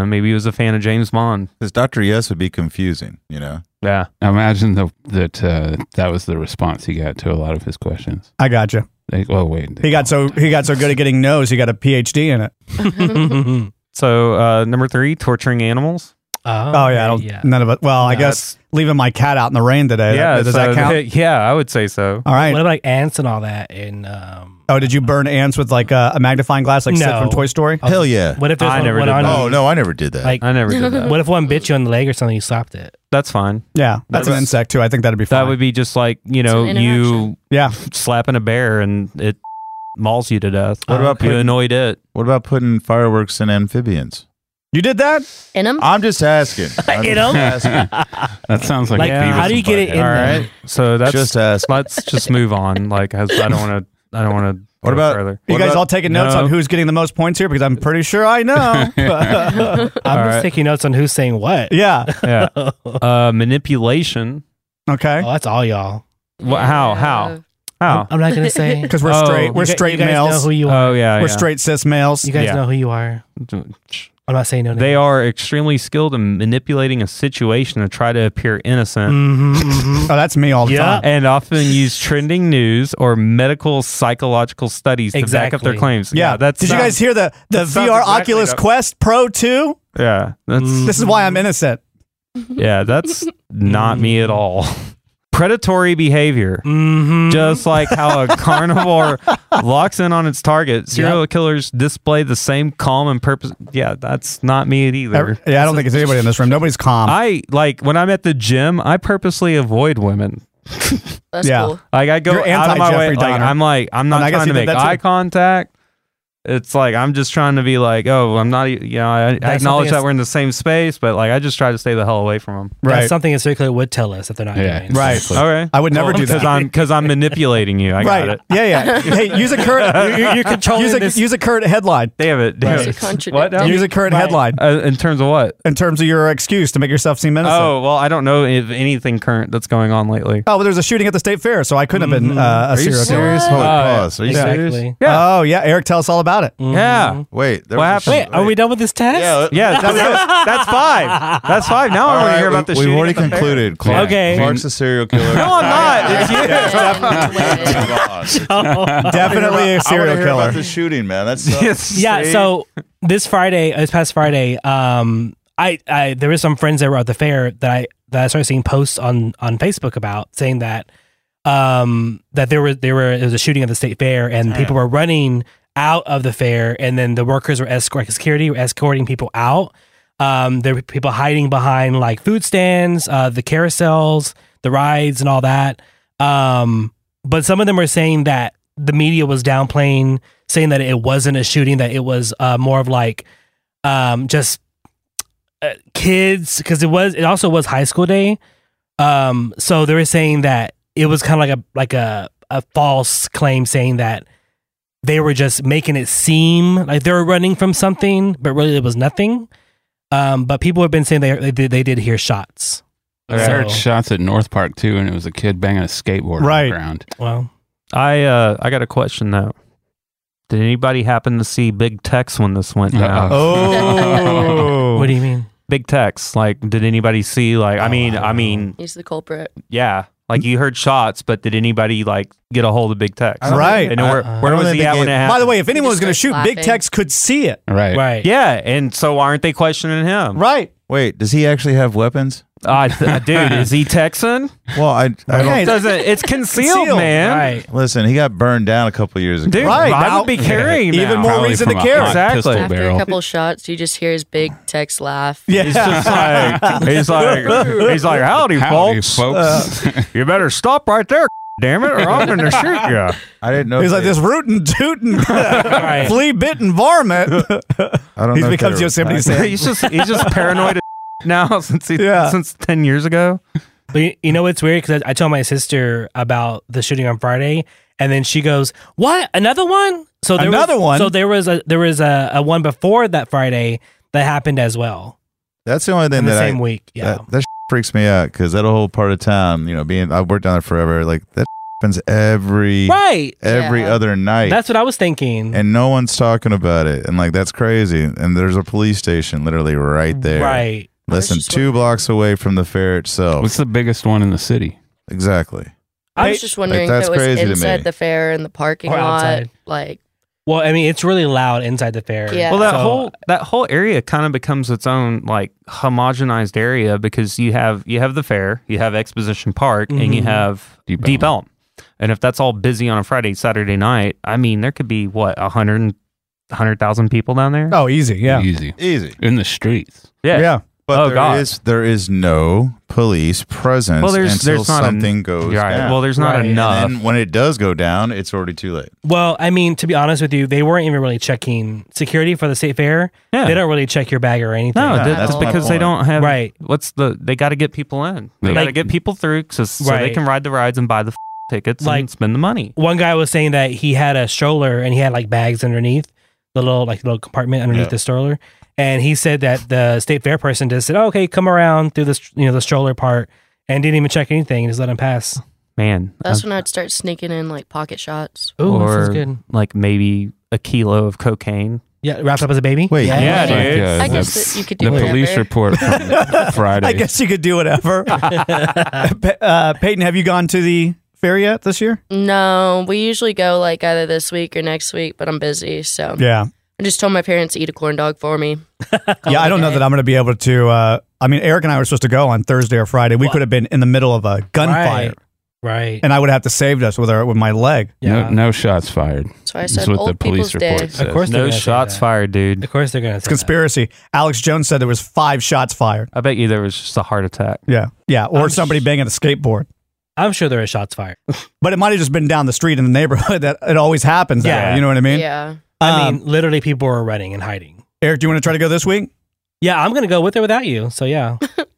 S5: know. Maybe he was a fan of James Bond.
S8: Because Doctor Yes would be confusing. You know.
S5: Yeah.
S6: I imagine the, that uh, that was the response he got to a lot of his questions.
S4: I got you.
S6: Like, oh wait,
S4: He got so he got so good at getting no's, he got a PhD in it.
S5: So uh, number three, torturing animals.
S4: Oh yeah, I don't, none of it. Well, I
S5: No,
S4: guess leaving my cat out in the rain today. that-
S5: yeah.
S4: does
S5: so
S4: that count?
S5: yeah, I would say so.
S4: All right.
S7: What about like ants and all that? And um,
S4: Oh, did you burn ants with like a, a magnifying glass, like Sid
S7: No.
S4: from Toy Story?
S8: Hell yeah.
S7: what if there's
S5: I
S7: one,
S5: never
S7: one
S5: did
S7: on
S5: that.
S7: you?
S8: Oh no, I never did that.
S7: Like,
S5: I never did that.
S7: what if one bit you on the leg or something? You slapped it.
S5: That's fine.
S4: Yeah, that's an
S5: That's-
S4: insect too. I think that'd be fine.
S5: That would be just like you
S9: It's
S5: know
S9: an
S5: you
S9: interaction.
S4: yeah,
S5: slapping a bear and it mauls you to death.
S8: What about
S5: you
S8: putting-
S5: annoyed it?
S8: what about putting fireworks in amphibians?
S4: you did that.
S9: In them.
S8: I'm just asking. I'm
S7: You
S8: just
S7: know?
S8: asking.
S6: that sounds like,
S7: Like,
S6: Beavis
S7: how do
S6: and
S7: you get it
S6: Butthead.
S7: in
S5: All
S7: there?
S5: right. So that's
S8: Just ask.
S5: Let's just move on. Like as I don't want to. I don't want to.
S8: What about-
S5: further?
S4: You
S8: What
S4: guys
S8: about-
S4: all taking notes
S5: No.
S4: on who's getting the most points here because I'm pretty sure I know.
S7: I'm just
S5: right.
S7: taking notes on who's saying what.
S4: yeah.
S5: Yeah. Uh, manipulation.
S4: Okay.
S7: Oh, that's all y'all.
S5: Wha How? How? How?
S7: I'm not gonna say.
S4: Because we're
S5: Oh.
S4: straight. We're
S7: You gu-
S4: straight
S7: you guys
S4: males.
S7: Know who you are.
S5: Oh yeah.
S4: we're
S5: yeah.
S4: straight cis males.
S7: You guys
S5: Yeah.
S7: know who you are. I'm not saying no name.
S5: They are extremely skilled in manipulating a situation to try to appear innocent.
S7: Mm,
S4: oh, that's me all the
S7: Mm-hmm, Yeah.
S4: time.
S5: And often use trending news or medical psychological studies to back up their
S7: Exactly.
S5: claims.
S4: Yeah.
S5: that's.
S4: Did you guys hear the the
S5: that sounds
S4: VR
S5: exactly Mm.
S4: Oculus
S5: that-
S4: Quest Pro 2?
S5: Yeah,
S7: Mm-hmm.
S5: that's
S4: This is why I'm innocent.
S5: yeah, that's not me at all. Predatory behavior,
S7: Mm-hmm.
S5: just like how a carnivore locks in on its target. Serial killers display the same calm and purpose. Yeah, that's not me either.
S4: Yeah, I don't think it's anybody in this room. Nobody's calm.
S5: I like when I'm at the gym, I purposely avoid women.
S9: That's
S4: Yeah.
S9: cool.
S5: Like I go
S4: You're
S5: out of my way.
S4: anti-Jeffrey
S5: Like,
S4: Dahmer.
S5: I'm like I'm not
S4: I guess
S5: trying to
S4: you did
S5: make
S4: that too.
S5: eye contact. It's like I'm just trying to be like, oh, I'm not. You know, I, I
S7: That's
S5: acknowledge
S7: something
S5: that we're in the same space, but like I just try to stay the hell away from them.
S7: That's something a circular would tell us if they're not
S5: Yeah,
S7: doing.
S5: All right.
S4: I would never do that.
S5: because I'm because I'm manipulating you. I
S4: right.
S5: got it.
S4: Yeah, yeah. Hey, use a current. use a, Use a current headline.
S5: Damn it. Damn
S4: Right.
S5: it. What? now?
S4: Use a current headline.
S5: Uh, in terms of what?
S4: In terms of your excuse to make yourself seem innocent.
S5: Oh well, I don't know if anything current that's going on lately.
S4: Oh, well, there was a shooting at the state fair, so I couldn't have been
S5: Mhm.
S4: uh, a
S5: Are you
S4: serial killer.
S5: serious? Holy Oh, yeah. pause. Are you Exactly. serious?
S4: Yeah. Oh, yeah. Eric, tell us all about it.
S5: Yeah.
S8: Wait.
S4: Mm-hmm. what
S7: Wait, are we done with this test?
S8: Yeah,
S5: Yeah, that- that- that's five. That's five. Now I want to hear about the
S8: We've
S5: shooting.
S8: already
S5: at the fair.
S8: concluded. Clark.
S5: Okay.
S8: Clark's a serial killer.
S5: No, I'm not. It's you.
S8: I Oh
S7: Definitely
S8: wanna hear About the shooting, man. That's
S7: yeah. So this Friday, uh, this past Friday, um, I, I there were some friends that were at the fair that I that I started seeing posts on on Facebook about saying that um that there were there were it was a shooting at the state fair and people were running out of the fair and then the workers were escort like security were escorting people out. Um, there were people hiding behind like food stands, uh, the carousels, the rides, and all that. Um, but some of them were saying that the media was downplaying, saying that it wasn't a shooting, that it was uh, more of like um, just uh, kids, because it was it also was high school day. Um, so they were saying that it was kind of like a like a a false claim, saying that they were just making it seem like they were running from something, but really it was nothing. Um, but people have been saying they they did, they did hear shots.
S6: I heard shots at North Park too, and it was a kid banging a skateboard on
S5: Right.
S6: the ground.
S7: Well,
S5: I uh, I got a question though. Did anybody happen to see Big Tex when this went down?
S4: Oh.
S7: What do you mean?
S5: Big Tex. Like, did anybody see? Like, I mean, I mean,
S9: He's the culprit.
S5: yeah. Like you heard shots, but did anybody like get a hold of Big Tex?
S4: I don't Right. think-
S5: And where,
S4: I- I
S5: where
S4: don't
S5: was
S4: think
S5: he
S4: they
S5: at when
S4: gave-
S5: it
S4: By
S5: happened?
S4: the way, if anyone was going to shoot, Big
S9: laughing.
S4: Tex could see it.
S6: Right.
S7: Right.
S5: Yeah, and so why aren't they questioning him?
S4: Right.
S8: Wait, does he actually have weapons?
S5: Uh, th- dude, is he Texan?
S8: Well, I, I don't.
S5: It doesn't. It's concealed,
S4: Concealed.
S5: man.
S8: Listen, he got burned down a couple years ago.
S5: Dude, Right, I now- would be carrying Even now. more reason to care. Exactly.
S9: After a couple shots, you just hear his big text laugh.
S5: Yeah. He's just like he's like he's like howdy,
S6: Howdy,
S5: folks.
S6: folks.
S5: Uh, you better stop right there, damn it, or I'm gonna shoot you.
S8: I didn't know.
S4: He's
S8: if
S4: like
S8: they-
S4: this rootin' tootin' flea bitten varmint.
S8: I don't
S4: He's
S8: know if
S4: become
S8: they were
S4: Yosemite
S8: black.
S4: Sam.
S5: he's just he's just paranoid as now since he,
S7: Yeah.
S5: since ten years ago.
S7: But you, you know what's weird? Because I, I told my sister about the shooting on Friday, and then she goes, "What? Another one? So there
S4: Another
S7: was,
S4: one?
S7: So there was a there was a, a one before that Friday that happened as well.
S8: That's the only thing
S7: In the
S8: that
S7: same
S8: I,
S7: week, yeah.
S8: that, that freaks me out because that whole part of town, you know, being I've worked down there forever. Like that happens every
S7: Right.
S8: every
S7: Yeah.
S8: other night,
S7: That's what I was thinking.
S8: and no one's talking about it. And like that's crazy. And there's a police station literally right there,
S7: Right.
S8: Less than two blocks away from the fair itself. What's
S6: the biggest one in the city?
S8: Exactly.
S9: I was just wondering
S8: Like,
S9: if it
S8: that's
S9: was
S8: crazy to
S9: inside
S8: me.
S9: the fair in the parking
S7: Or
S9: lot.
S7: outside.
S9: Like,
S7: Well, I mean, it's really loud inside the fair.
S9: Yeah.
S5: Well, that
S7: So-
S5: whole that whole area kind of becomes its own like homogenized area because you have you have the fair, you have Exposition Park, and you
S6: Mhm.
S5: have Deep, Elm. And if that's all busy on a Friday, Saturday night, I mean, there could be what a hundred and- a hundred thousand people down there.
S4: Oh, easy, yeah,
S6: easy,
S8: easy
S6: in the streets.
S5: yeah,
S8: But
S5: oh
S8: there
S5: god.
S8: is- there is no police presence
S5: Well, there's-
S8: until
S5: there's not en-
S8: something goes
S5: Right.
S8: down.
S5: Well, there's not Right. enough.
S8: And then when it does go down, it's already too late.
S7: Well, I mean, to be honest with you, they weren't even really checking security for the state fair.
S5: Yeah.
S7: They don't really check your bag or anything.
S5: no, th- that's because they don't have
S7: right.
S5: What's the? They got to get people in. They
S7: Like-
S5: got to get people through 'cause- so they
S7: Right.
S5: can ride the rides and buy the f- tickets
S7: Like-
S5: and spend the money.
S7: One guy was saying that he had a stroller and he had like bags underneath the little like little compartment underneath
S5: Yeah.
S7: the stroller, and he said that the state fair person just said, oh, "Okay, come around through this you know the stroller part," and didn't even check anything and just let him pass.
S5: Man,
S9: that's when I'd start sneaking in like pocket shots.
S7: Ooh, that
S5: or
S7: sounds good.
S5: like maybe a kilo of cocaine.
S7: Yeah, wrapped up as a baby.
S5: Wait,
S7: yeah,
S5: yeah, dude.
S9: I guess that you could do
S6: uh, the police
S9: whatever.
S6: report from Friday.
S4: I guess you could do whatever. Pa- uh, Peyton, have you gone to the fair yet this year?
S9: No, we usually go like either this week or next week, but I'm busy,
S6: Um,
S9: so
S4: Yeah.
S9: I just told my parents to eat a corn dog for me.
S4: yeah, I don't know that I'm going to be able to. Uh, I mean, Eric and I were supposed to go on Thursday or Friday. We could have been in the middle of a gunfire,
S7: Right.
S4: and I would have to saved us with our with my leg.
S6: No, no shots fired.
S9: So I said old people's day.
S6: says. Of course they're
S5: no
S6: gonna say
S5: shots
S6: that.
S5: fired, dude.
S7: Of course they're gonna.
S4: It's conspiracy. Alex Jones said there was five shots fired.
S5: I bet you there was just a heart attack.
S4: Yeah, yeah, or somebody banging a skateboard.
S7: I'm sure there are shots fired,
S4: but it might have just been down the street in the neighborhood. That it always happens. Yeah,
S7: Yeah.
S4: you know what I mean. Um,
S9: Yeah.
S7: I mean, literally, people were running and hiding.
S4: Eric, do you want to try to go this week?
S7: Yeah, I'm gonna go with or without you. So yeah.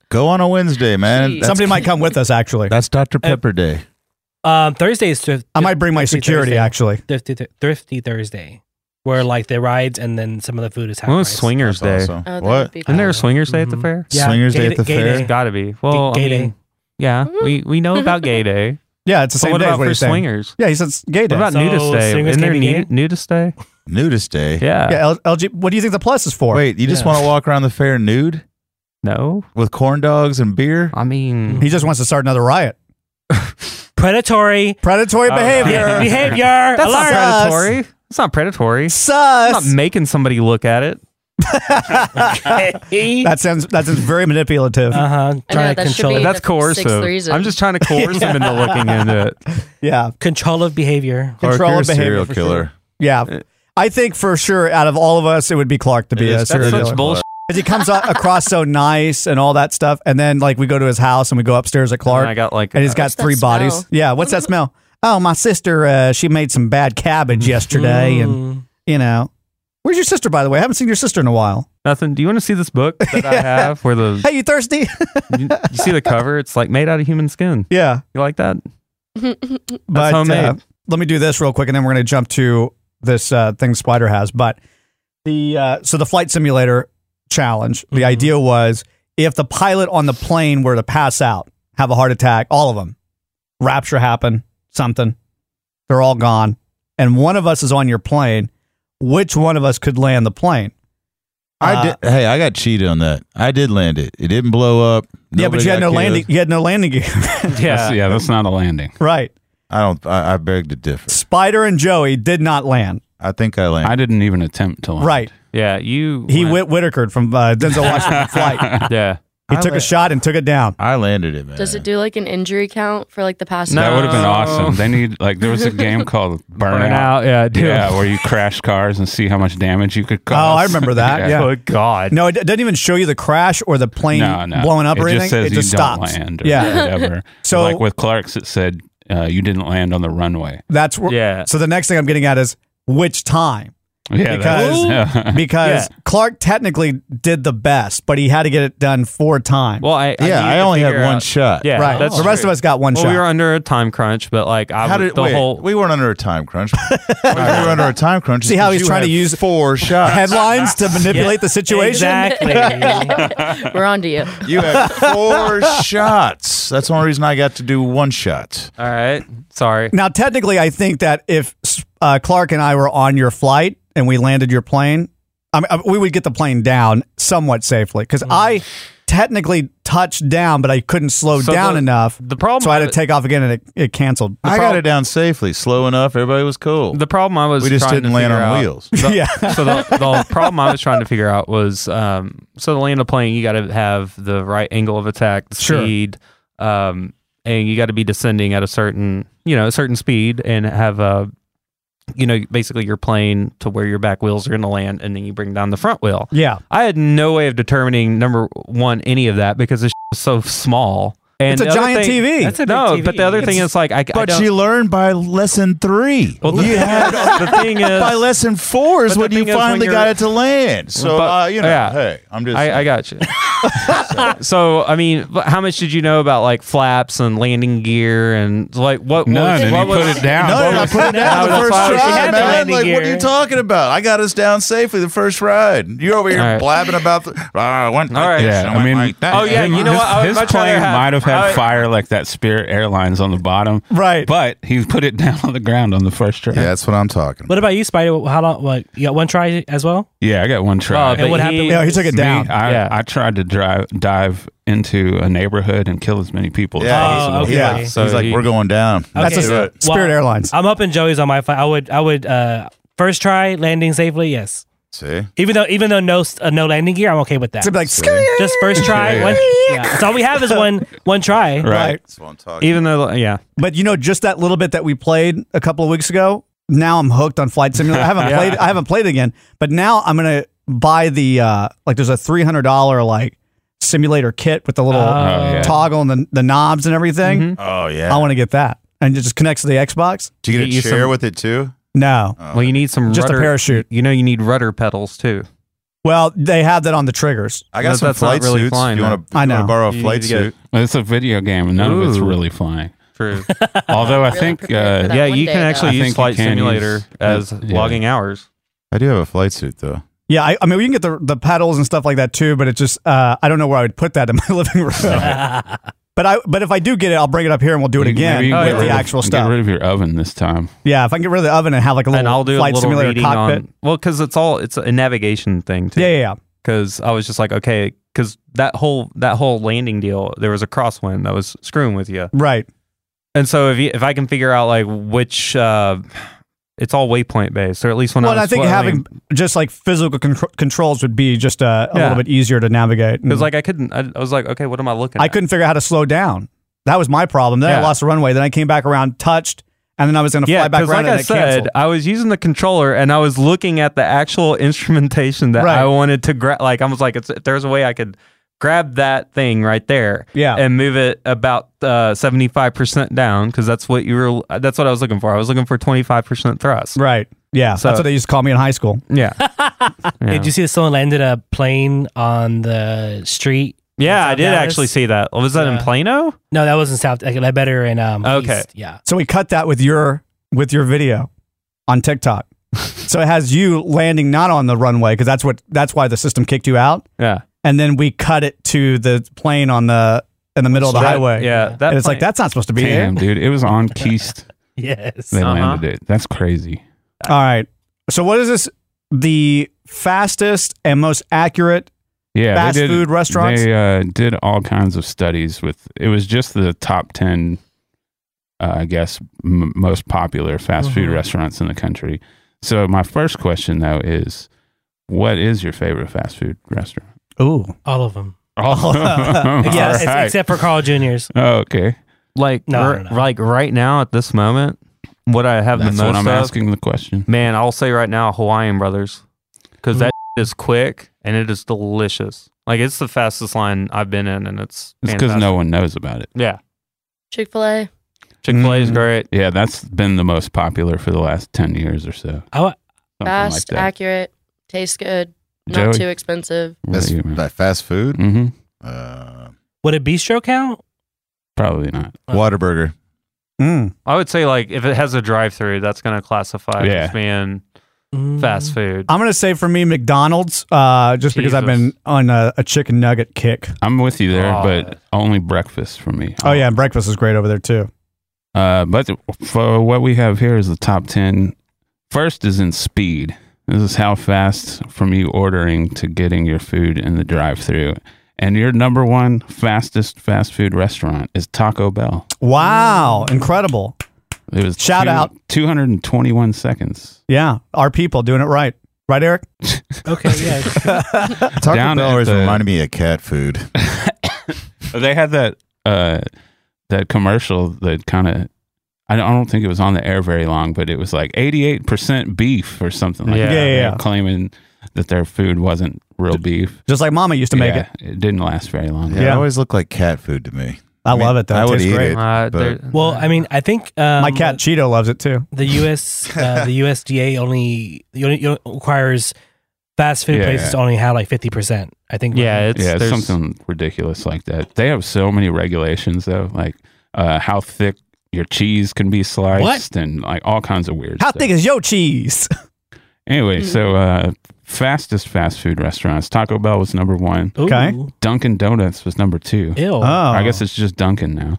S8: Go on a Wednesday, man. That's-
S4: Somebody might come with us. Actually,
S8: that's Dr Pepper Day.
S7: Um, Thursday is thrift.
S4: I might bring my
S7: Thrifty
S4: security,
S7: Thursday.
S4: actually.
S7: thrifty, Th- thrifty Thursday, where like the rides and then some of the food is half
S5: When was
S7: price.
S5: Swingers Day?
S7: That's awesome. Oh, that would
S5: what?
S7: be
S5: Isn't there a Swingers Day at the fair?
S7: Mm-hmm. Yeah, Swingers Day gay- at the gay fair? day.
S5: It's gotta be. Well,
S7: Gay
S5: I mean,
S7: day.
S5: yeah, we, we know about Gay Day.
S4: Yeah, it's the
S5: But
S4: same
S5: what
S4: day is
S5: About
S4: what
S5: for
S4: he's saying.
S5: swingers?
S4: Yeah, he said it's gay day.
S5: What about Nudist Day? Isn't there nu- Nudist Day?
S8: Nudist Day.
S5: Yeah.
S4: Yeah, L- LG, what do you think the plus is for?
S8: Wait, you just want to walk around the fair nude?
S5: No.
S8: With corn dogs and beer?
S5: I mean,
S4: he just wants to start another riot.
S7: predatory,
S4: predatory behavior,
S7: behavior.
S5: That's not
S7: alert.
S5: predatory. That's not predatory.
S4: Sus.
S5: not making somebody look at it.
S4: That sounds that sounds very manipulative. Uh
S7: huh.
S5: Uh-huh. Trying to control it. That's coercive. I'm just trying to coerce them into looking into it.
S4: Yeah.
S7: Control of behavior.
S4: Control of behavior. for sure. Yeah. I think for sure, out of all of us, it would be Clark to be
S5: Eh. It
S4: a
S5: is- that's
S4: serial
S5: such
S4: killer.
S5: bullshit.
S4: Because he comes a- across so nice and all that stuff, and then like we go to his house and we go upstairs at Clark.
S5: And I got, like,
S4: and he's
S5: uh,
S4: got
S5: What's that
S4: three bodies.
S5: smell?
S4: Yeah, what's that smell? Oh, my sister, uh, she made some bad
S5: Mm.
S4: cabbage yesterday, and you know, where's your sister? By the way, I haven't seen your sister in a while.
S5: Nothing. Do you want to see this book that I have? Where the
S4: Hey, you thirsty?
S5: you, you see the cover? It's like made out of human skin.
S4: Yeah.
S5: You like that?
S4: But
S5: homemade.
S4: uh, let me do this real quick, and then we're going to jump to this uh, thing Spider has. But the uh, so the flight simulator challenge.
S8: Mm-hmm.
S4: The idea was if the pilot on the plane were to pass out, have a heart attack, all of them, rapture happen, something, they're all gone, and one of us is on your plane. Which one of us could land the plane?
S8: I
S4: Uh,
S8: did. Hey, I got cheated on that. I did land it. It didn't blow up.
S4: Yeah,
S8: Nobody
S4: but you had
S8: got
S4: no
S8: killed.
S4: landing. You had no landing gear.
S6: That's, yeah, that's not a landing.
S4: Right.
S8: I don't. I, I beg to differ.
S4: Spider and Joey did not land.
S8: I think I landed.
S6: I didn't even attempt to land.
S4: Right.
S5: Yeah, you.
S4: He went Whitakered from uh, Denzel Washington flight.
S5: Yeah.
S4: He
S8: I
S4: took a
S8: la-
S4: shot and took it down.
S8: I landed it, man.
S9: Does it do like an injury count for like the passenger?
S6: That would have been awesome. They need like there was a game called Burnout.
S5: Burnout, yeah, dude.
S6: yeah, where you crash cars and see how much damage you could
S4: Oh,
S6: cause.
S4: I remember that. yeah.
S5: God.
S4: No, it d- doesn't even show you the crash or the plane
S6: No, no.
S4: blowing up
S6: it
S4: or anything.
S6: Just says
S4: it
S6: you
S4: just
S6: don't
S4: stops.
S6: Land or
S4: yeah.
S6: Whatever.
S4: So-
S6: So like with Clark's, it said uh, you didn't land on the runway.
S4: That's where,
S6: Yeah.
S4: So the next thing I'm getting at is which time.
S6: Yeah,
S4: because
S6: that's- yeah.
S4: because
S6: Yeah.
S4: Clark technically did the best, but he had to get it done four times.
S5: Well, I, need to figure out- Yeah,
S4: right.
S5: That's
S4: the rest
S5: true.
S4: of us got one
S5: well,
S4: shot.
S5: We were under a time crunch, but like I
S8: How
S5: would-
S8: did
S5: the
S8: wait,
S5: whole
S8: We weren't under a time crunch. we were under a time crunch.
S4: See how he's trying to
S8: use four shots
S4: headlines to manipulate the situation?
S9: We're on to you.
S8: You had four shots. That's the only reason I got to do one shot.
S5: All right. Sorry.
S4: Now, technically, I think that if uh, Clark and I were on your flight and we landed your plane, I mean, uh, we would get the plane down somewhat safely because
S5: Mm-hmm.
S4: I technically touched down, but I couldn't slow
S5: So
S4: down
S5: the-
S4: enough.
S5: the problem
S4: so I had to
S5: with it-
S4: take off again, and it, it canceled.
S8: I got it down safely, slow enough. Everybody was cool.
S5: The problem I was
S8: we just
S5: trying
S8: didn't
S5: to
S8: land on
S5: figure out-
S8: wheels.
S5: The-
S4: Yeah.
S5: so the, the problem I was trying to figure out was um, so to land a plane, you got to have the right angle of attack, the
S4: Sure.
S5: speed, um, and you got to be descending at a certain you know a certain speed and have a you know basically your plane to where your back wheels are going to land, and then you bring down the front wheel.
S4: Yeah.
S5: I had no way of determining number one any of that because this was so small. And
S4: It's a
S5: the other
S4: giant
S5: thing-
S4: TV. That's a big
S5: no,
S4: TV.
S5: but the other thing
S4: It's-
S5: is like I, I
S8: But
S5: don't-
S8: you learned by lesson three.
S5: Well, the
S8: you
S5: thing-
S8: had
S5: the thing is-
S8: by lesson four is
S5: But the
S8: when you
S5: thing is when
S8: finally
S5: you're-
S8: got it to land. So
S5: But-
S8: uh, you know,
S5: yeah.
S8: hey, I'm just
S5: I, I got you. so, I mean, but how much did you know about like flaps and landing gear and like what?
S6: None,
S5: what,
S6: and
S5: what
S6: you put it down.
S5: what
S8: None, I
S5: was-
S8: put it
S5: No,
S8: down the
S5: that's
S8: first
S5: why I was-
S7: she
S8: try,
S7: had the
S8: man.
S7: landing
S8: Like, what are
S7: gear.
S8: you talking about? I got us down safely the first ride. You're over here
S5: All right.
S8: blabbing about. The, "Ah, I went like
S5: All right.
S8: this,
S5: Yeah,
S8: and I
S6: I
S8: went
S6: mean-
S8: like that."
S5: Oh, yeah, you know
S6: his,
S5: what? I would
S6: his
S5: much rather
S6: plane
S5: have-
S6: might have had
S5: I would-
S6: fire like that Spirit Airlines on the bottom,
S4: right?
S6: But he put it down on the ground on the first try.
S8: Yeah, that's what I'm talking.
S7: What about you, Spider? How long? What you got? One try as well.
S6: Yeah, I got one try.
S7: Oh, And but what he- happened
S4: Yeah, he took it
S6: Me,
S4: down.
S6: I,
S4: Yeah.
S6: I tried to drive dive into a neighborhood and kill as many people
S8: Yeah,
S6: as
S8: he's-
S7: Oh,
S6: possible.
S8: he's like- he's like, we're going down.
S4: That's
S8: Let's
S4: a
S8: do it.
S4: s- Spirit Airlines.
S7: I'm up in Joey's on my flight. I would. I would. uh First try landing safely. Yes.
S8: See,
S7: Even though, even though no uh, no landing gear, I'm okay with that.
S4: It's like,
S7: just first try.
S4: Yeah.
S7: One, yeah. That's all we have is one one try.
S4: Right.
S8: That's what I'm talking.
S5: Even though, yeah.
S4: But you know, just that little bit that we played a couple of weeks ago. Now I'm hooked on Flight Simulator. I haven't
S5: Yeah.
S4: played. I haven't played it again. But now I'm gonna buy the uh, like. There's a three hundred dollar like simulator kit with the little
S6: Oh, yeah.
S4: toggle and the, the knobs
S5: Mm-hmm.
S4: and everything.
S8: Oh yeah.
S4: I want to get that, and it just connects to the Xbox.
S8: Do you get a
S5: you
S8: chair
S5: some-
S8: with it too? Oh.
S4: No.
S5: well, you need some
S4: Just a
S5: rudder,
S4: parachute.
S5: You know, you need rudder pedals too.
S4: Well, they have that on the triggers.
S5: I got No, some that's not flight really suits. flying, You wanna- though.
S4: I know.
S6: It's a video game, and none of it's
S5: Ooh.
S6: really flying.
S5: True.
S6: Although I
S5: Really
S6: think, uh,
S5: prepared for that Yeah, one you day, can though. actually
S6: I
S5: use
S6: think you
S5: Flight
S6: can
S5: Simulator as logging hours.
S8: I do have a flight suit though.
S4: Yeah, I, I mean, we can get the the pedals and stuff like that too, but it's just uh, I don't know where I would put that in my living room. but I but if I do get it, I'll bring it up here and we'll do it
S6: Maybe
S4: again
S5: Oh,
S6: you can get
S4: with the
S6: rid of-
S4: actual
S6: Get
S4: stuff.
S6: rid of your oven this time.
S4: Yeah, if I can get rid of the oven and have like a little
S5: and I'll do
S4: flight
S5: a little
S4: simulator
S5: reading
S4: cockpit.
S5: on. Well, because it's all it's a navigation thing too.
S4: Yeah, yeah.
S5: Because I was just like, okay, because that whole that whole landing deal, there was a crosswind that was screwing with you,
S4: Right.
S5: And so if you, if I can figure out like which, uh, it's all waypoint based, or at least when
S4: well,
S5: I
S4: and
S5: was
S4: I think
S5: flying-
S4: having just like physical contr- controls would be just uh, a
S5: Yeah.
S4: little bit easier to navigate.
S5: Because like I couldn't, I, I was like, okay, what am I looking?
S4: I
S5: at?
S4: couldn't figure out how to slow down. That was my problem. Then I
S5: Yeah.
S4: lost the runway. Then I came back around, touched, and then I was going to fly back
S5: because
S4: around.
S5: like
S4: and
S5: I
S4: it
S5: said,
S4: canceled.
S5: I was using the controller and I was looking at the actual instrumentation that
S4: Right.
S5: I wanted to grab. Like I was like, it's, if there's a way I could grab that thing right there,
S4: Yeah.
S5: and move it about seventy five percent down because that's what you were. That's what I was looking for. I was looking for twenty five percent thrust.
S4: Right. Yeah,
S5: So-
S4: that's what they used to call me in high school.
S5: Yeah.
S7: Did you see that someone landed a plane on the street?
S5: Yeah, I did
S7: Dallas?
S5: actually see that. Was that in
S7: Yeah.
S5: Plano?
S7: No, that wasn't South. I I better in um.
S4: Oh.
S5: Okay.
S7: East. Yeah.
S4: So we cut that with your with your video on TikTok. so it has you landing not on the runway because that's what that's why the system kicked you out.
S5: Yeah.
S4: And then we cut it to the plane on the in the middle of the
S6: That-
S4: highway.
S6: yeah, that
S4: and it's like
S6: plane-
S4: that's not supposed to be
S6: Damn,
S4: there.
S6: dude, it was on Keast.
S7: Yes.
S6: they
S4: Uh-huh.
S6: landed it. That's crazy.
S4: All right. So what is this? The fastest and most accurate
S6: Yeah, they
S4: fast
S6: did-
S4: food restaurants.
S6: They uh, did all kinds of studies with. It was just the top ten, uh, I guess, m- most popular fast food
S4: Mm-hmm.
S8: Mhm.
S6: restaurants in the country. So my first question though is, what is your favorite fast food restaurant?
S4: Ooh,
S7: All of them.
S6: All of them.
S7: yes,
S6: All right.
S7: except for Carl Junior's.
S6: Oh, okay.
S5: Like,
S7: No,
S5: r- like right now at this moment, what I have
S6: That's
S5: the most
S6: what I'm
S5: of-
S6: asking the question.
S5: Man, I'll say right now, Hawaiian Brothers, because that
S7: Mm.
S5: is quick and it is delicious. Like it's the fastest line I've been in, and it's
S6: It's because
S5: fantastic.
S6: no one knows about it.
S5: Yeah,
S9: Chick Fil A.
S5: Chick Fil A
S4: Mm-hmm.
S5: is great.
S6: Yeah, that's been the most popular for the last ten years or so.
S7: Oh,
S9: Fast, accurate, tastes good, not
S6: Joey?
S9: too expensive.
S8: That's that fast food.
S6: Mm-hmm.
S7: Would a bistro count?
S6: Probably not.
S8: Waterburger.
S5: I would say like if it has a drive-through, that's gonna classify
S4: Yeah.
S5: as being
S7: Mm.
S5: fast food.
S4: I'm gonna say for me McDonald's, uh, just because I've been on a, a chicken nugget kick.
S6: I'm with you there,
S4: Oh.
S6: but only breakfast for me.
S4: Oh yeah, and breakfast is great over there too.
S6: Uh, but for what we have here is the top 10. First is in speed. This is how fast from you ordering to getting your food in the drive through. And your number one fastest fast food restaurant is Taco Bell.
S4: Wow, incredible.
S6: It was
S4: Shout
S6: two-
S4: out.
S6: 221 seconds.
S4: Yeah, our people doing it right, right, Eric?
S7: Okay, yeah.
S8: Taco
S6: Down
S8: Bell
S6: at
S8: always
S6: the-
S8: reminded me of cat food.
S6: They had that uh, that commercial that kind of I don't, I don't think it was on the air very long, but it was like 88% beef or something like
S4: Yeah.
S6: that.
S4: Yeah, yeah,
S6: They
S4: yeah.
S6: were Claiming that their food wasn't real beef.
S4: Just like Mama used to make it.
S6: It didn't last very long.
S8: Yeah, it always looked like cat food to me.
S4: I love it, though.
S8: I
S4: It
S8: would
S4: tastes
S8: eat
S4: great.
S8: it.
S4: Uh,
S8: but
S7: Well, I mean, I think um,
S4: My cat Cheeto loves it too.
S7: the U.S. Uh, the USDA only, the only you know, requires fast food
S6: Yeah.
S7: places to only have like fifty percent. I think.
S6: yeah, it's something ridiculous like that. They have so many regulations though, like uh, how thick your cheese can be sliced and like all kinds of weird.
S4: How
S6: stuff.
S4: thick is yo cheese?
S6: Anyway, so uh, fastest fast food restaurants: Taco Bell was number one.
S4: Okay.
S6: Dunkin' Donuts was number two.
S7: Ew. Oh.
S6: I guess it's just Dunkin' now.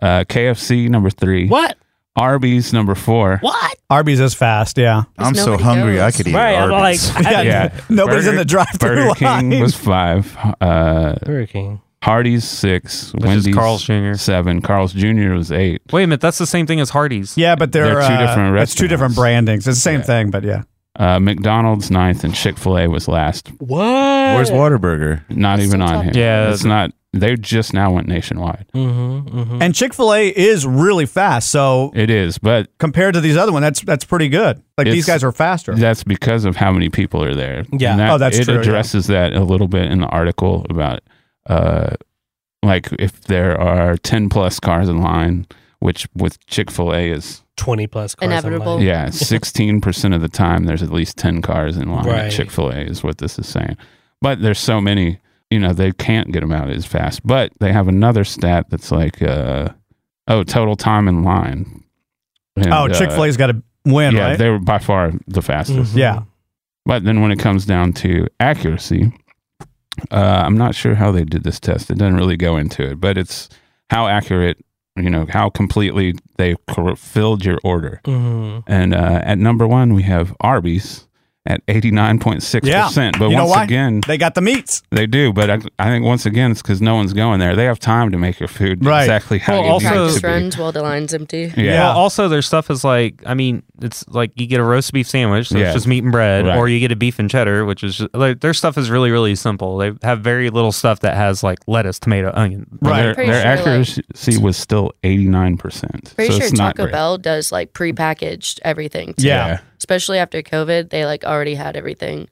S6: Uh, KFC number three.
S7: What?
S6: Arby's number four.
S7: What?
S4: Arby's is fast. Yeah.
S6: I'm so nobody hungry, goes. I could eat Right, I'm Arby's. like, I-
S4: Nobody's in
S6: Burger-
S4: the drive-through
S6: Burger
S4: line.
S6: King was five. Uh,
S7: Burger King.
S6: Hardee's six.
S5: is
S6: Wendy's
S5: Carl's Jr..
S6: seven. Carl's Jr. was eight.
S5: Wait a minute, that's the same thing as Hardee's.
S4: yeah, but they're,
S6: They're two
S4: uh,
S6: different
S4: It's two different brandings. It's the same thing, but yeah.
S6: Uh, McDonald's ninth and Chick Fil A was last.
S7: What?
S6: Where's
S8: Waterburger?
S6: Not even on here.
S5: Yeah.
S6: it's not. They just now went nationwide.
S7: Mm-hmm, mm-hmm.
S4: And Chick Fil A is really fast. So
S6: It is, but
S4: compared to these other one, that's that's pretty good. Like these
S6: It's-
S4: guys are faster.
S6: that's because of how many people are there.
S4: Yeah.
S6: And that-
S4: Oh, that's
S6: it
S4: true, yeah.
S6: addresses that a little bit in the article about, uh, like if there are ten plus cars in line, which with Chick Fil A is
S7: twenty plus cars.
S9: Inevitable.
S7: Online.
S6: Yeah, sixteen percent of the time, there's at least ten cars in line
S7: Right.
S6: at Chick Fil A, is what this is saying. But there's so many, you know, they can't get them out as fast. But they have another stat that's like, uh, oh, total time in line. And,
S4: oh,
S6: uh,
S4: Chick Fil A's got to win,
S6: yeah,
S4: right?
S6: they were by far the fastest.
S5: Mm-hmm.
S4: Mhm. Yeah.
S6: But then when it comes down to accuracy, uh, I'm not sure how they did this test. It doesn't really go into it, but it's how accurate, you know, how completely they cor- filled your order.
S5: Mm-hmm.
S7: Mhm.
S6: And uh, at number one, we have Arby's at 89.6%. But
S4: you know
S6: once
S4: why?
S6: again,
S4: they got the meats.
S6: they do, but I, I think once again it's because no one's going there. They have time to make your food
S5: Right.
S6: exactly how
S5: Well,
S6: you need
S5: also-
S6: it to
S9: Practice
S6: be.
S9: runs while the line's empty.
S6: Yeah.
S5: Well, also their stuff is like, I mean, it's like you get a roast beef sandwich, so
S6: Yeah.
S5: it's just meat and bread,
S6: Right.
S5: or you get a beef and cheddar, which is just, like, their stuff is really, really simple. They have very little stuff that has like lettuce, tomato, onion.
S6: Right. Their,
S9: Pretty
S6: their
S9: sure, like-
S6: accuracy was still 89%.
S9: Pretty
S6: so
S9: sure
S6: it's not
S9: Taco
S6: great.
S9: Bell does like prepackaged everything. Too.
S6: Yeah. Yeah.
S9: Especially after COVID, they like already had everything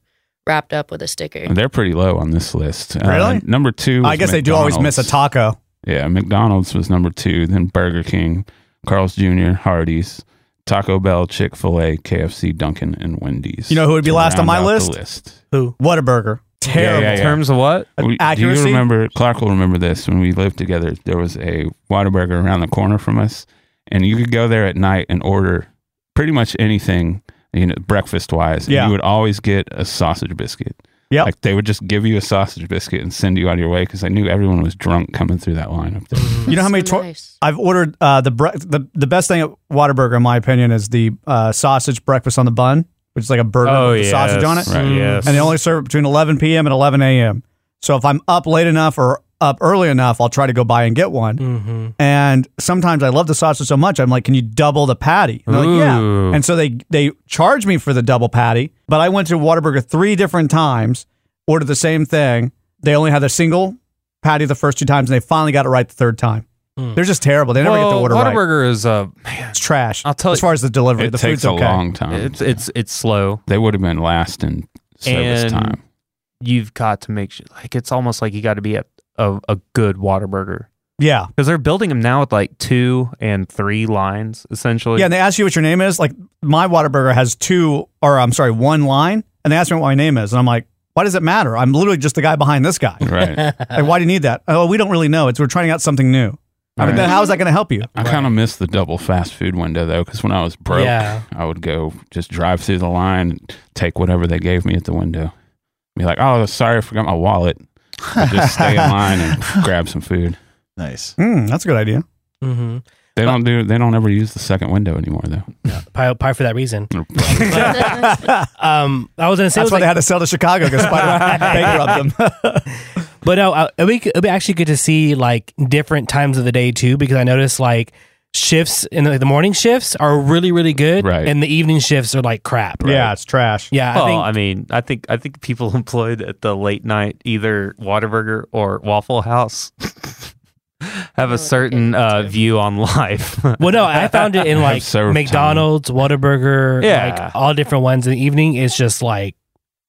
S9: wrapped up with a sticker.
S6: They're pretty low on this list. Uh,
S4: Really?
S6: number two.
S4: I
S6: was
S4: guess they do always miss
S6: McDonald's.
S4: a taco.
S6: Yeah, McDonald's was number two, then Burger King, Carl's Jr., Hardee's, Taco Bell, Chick fil A, KFC, Dunkin', and Wendy's.
S4: You know who would be
S6: To
S4: last on
S6: round
S4: my
S6: out the
S4: list?
S7: Who?
S4: Whataburger. Terrible.
S6: Yeah, yeah, yeah.
S5: terms of what?
S6: We- Do
S4: accuracy?
S6: you remember? Clark will remember this. When we lived together, there was a Whataburger around the corner from us, and you could go there at night and order pretty much anything, you know, breakfast wise.
S4: Yeah.
S6: And you would always get a sausage biscuit.
S4: Yeah.
S6: Like they would just give you a sausage biscuit and send you on your way because I knew everyone was drunk coming through that line up there.
S4: You know how many? tor- I've ordered uh, the, bre- the the best thing at Whataburger, in my opinion, is the uh, sausage breakfast on the bun, which is like a burger
S5: Oh,
S4: with the sausage on it. Mm.
S5: yes. Right, yes.
S4: And they only serve it between 11 p.m. and 11 a.m. So if I'm up late enough or up early enough, I'll try to go buy and get one.
S5: Mm-hmm.
S4: And sometimes I love the sausage so much, I'm like, "Can you double the patty?" And they're like,
S5: Ooh.
S4: yeah. And so they they charge me for the double patty, but I went to Whataburger three different times, ordered the same thing. They only had a single patty the first two times, and they finally got it right the third time.
S7: Hmm.
S4: They're just terrible. They never get the
S5: Well,
S4: order right.
S5: Whataburger is uh,
S4: It's trash.
S5: I'll tell
S4: as
S5: you-
S4: far as the delivery,
S6: it
S4: the
S6: takes
S4: food's
S6: a
S4: okay.
S6: long time.
S5: It's it's it's slow.
S6: They would have been last in service
S5: and
S6: time.
S5: you've got to make sure like it's almost like you got to be at a, a good Whataburger.
S4: Yeah.
S5: Because they're building them now with like two and three lines essentially.
S4: Yeah, and they ask you what your name is. Like my Whataburger has two, or I'm sorry, one line, and they ask me what my name is, and I'm like, why does it matter? I'm literally just the guy behind this guy.
S6: Right.
S4: like, why do you need that? Oh, we don't really know. It's we're trying out something new. I mean,
S6: Right.
S4: then how is that going to help you?
S6: I kind of miss the double fast food window though, because when I was broke,
S4: Yeah.
S6: I would go just drive through the line, and take whatever they gave me at the window. Be like, oh, sorry, I forgot my wallet. I'd just stay in line and grab some food.
S8: Nice.
S5: Hmm,
S4: Mm, that's a good idea.
S7: Mm-hmm.
S6: They don't do. They don't ever use the second window anymore though.
S7: Pie, pie for that reason. um, I was gonna say it
S4: That's
S7: was
S4: why
S7: like-
S4: they had to sell to Chicago because Spider bankrupt them.
S7: But no, uh, it'll be, it'll be actually good to see like different times of the day too, because I noticed like shifts in the, the morning shifts are really really good,
S6: Right.
S7: and the evening shifts are like crap.
S4: Yeah, it's trash.
S7: Yeah,
S5: well,
S7: I think
S5: I mean, I think I think people employed at the late night either Whataburger or Waffle House have a certain uh, view on life.
S7: Well, no, I found it in
S5: I've
S7: like
S5: served
S7: McDonald's, Whataburger,
S5: Yeah.
S7: like all different ones in the evening. It's just like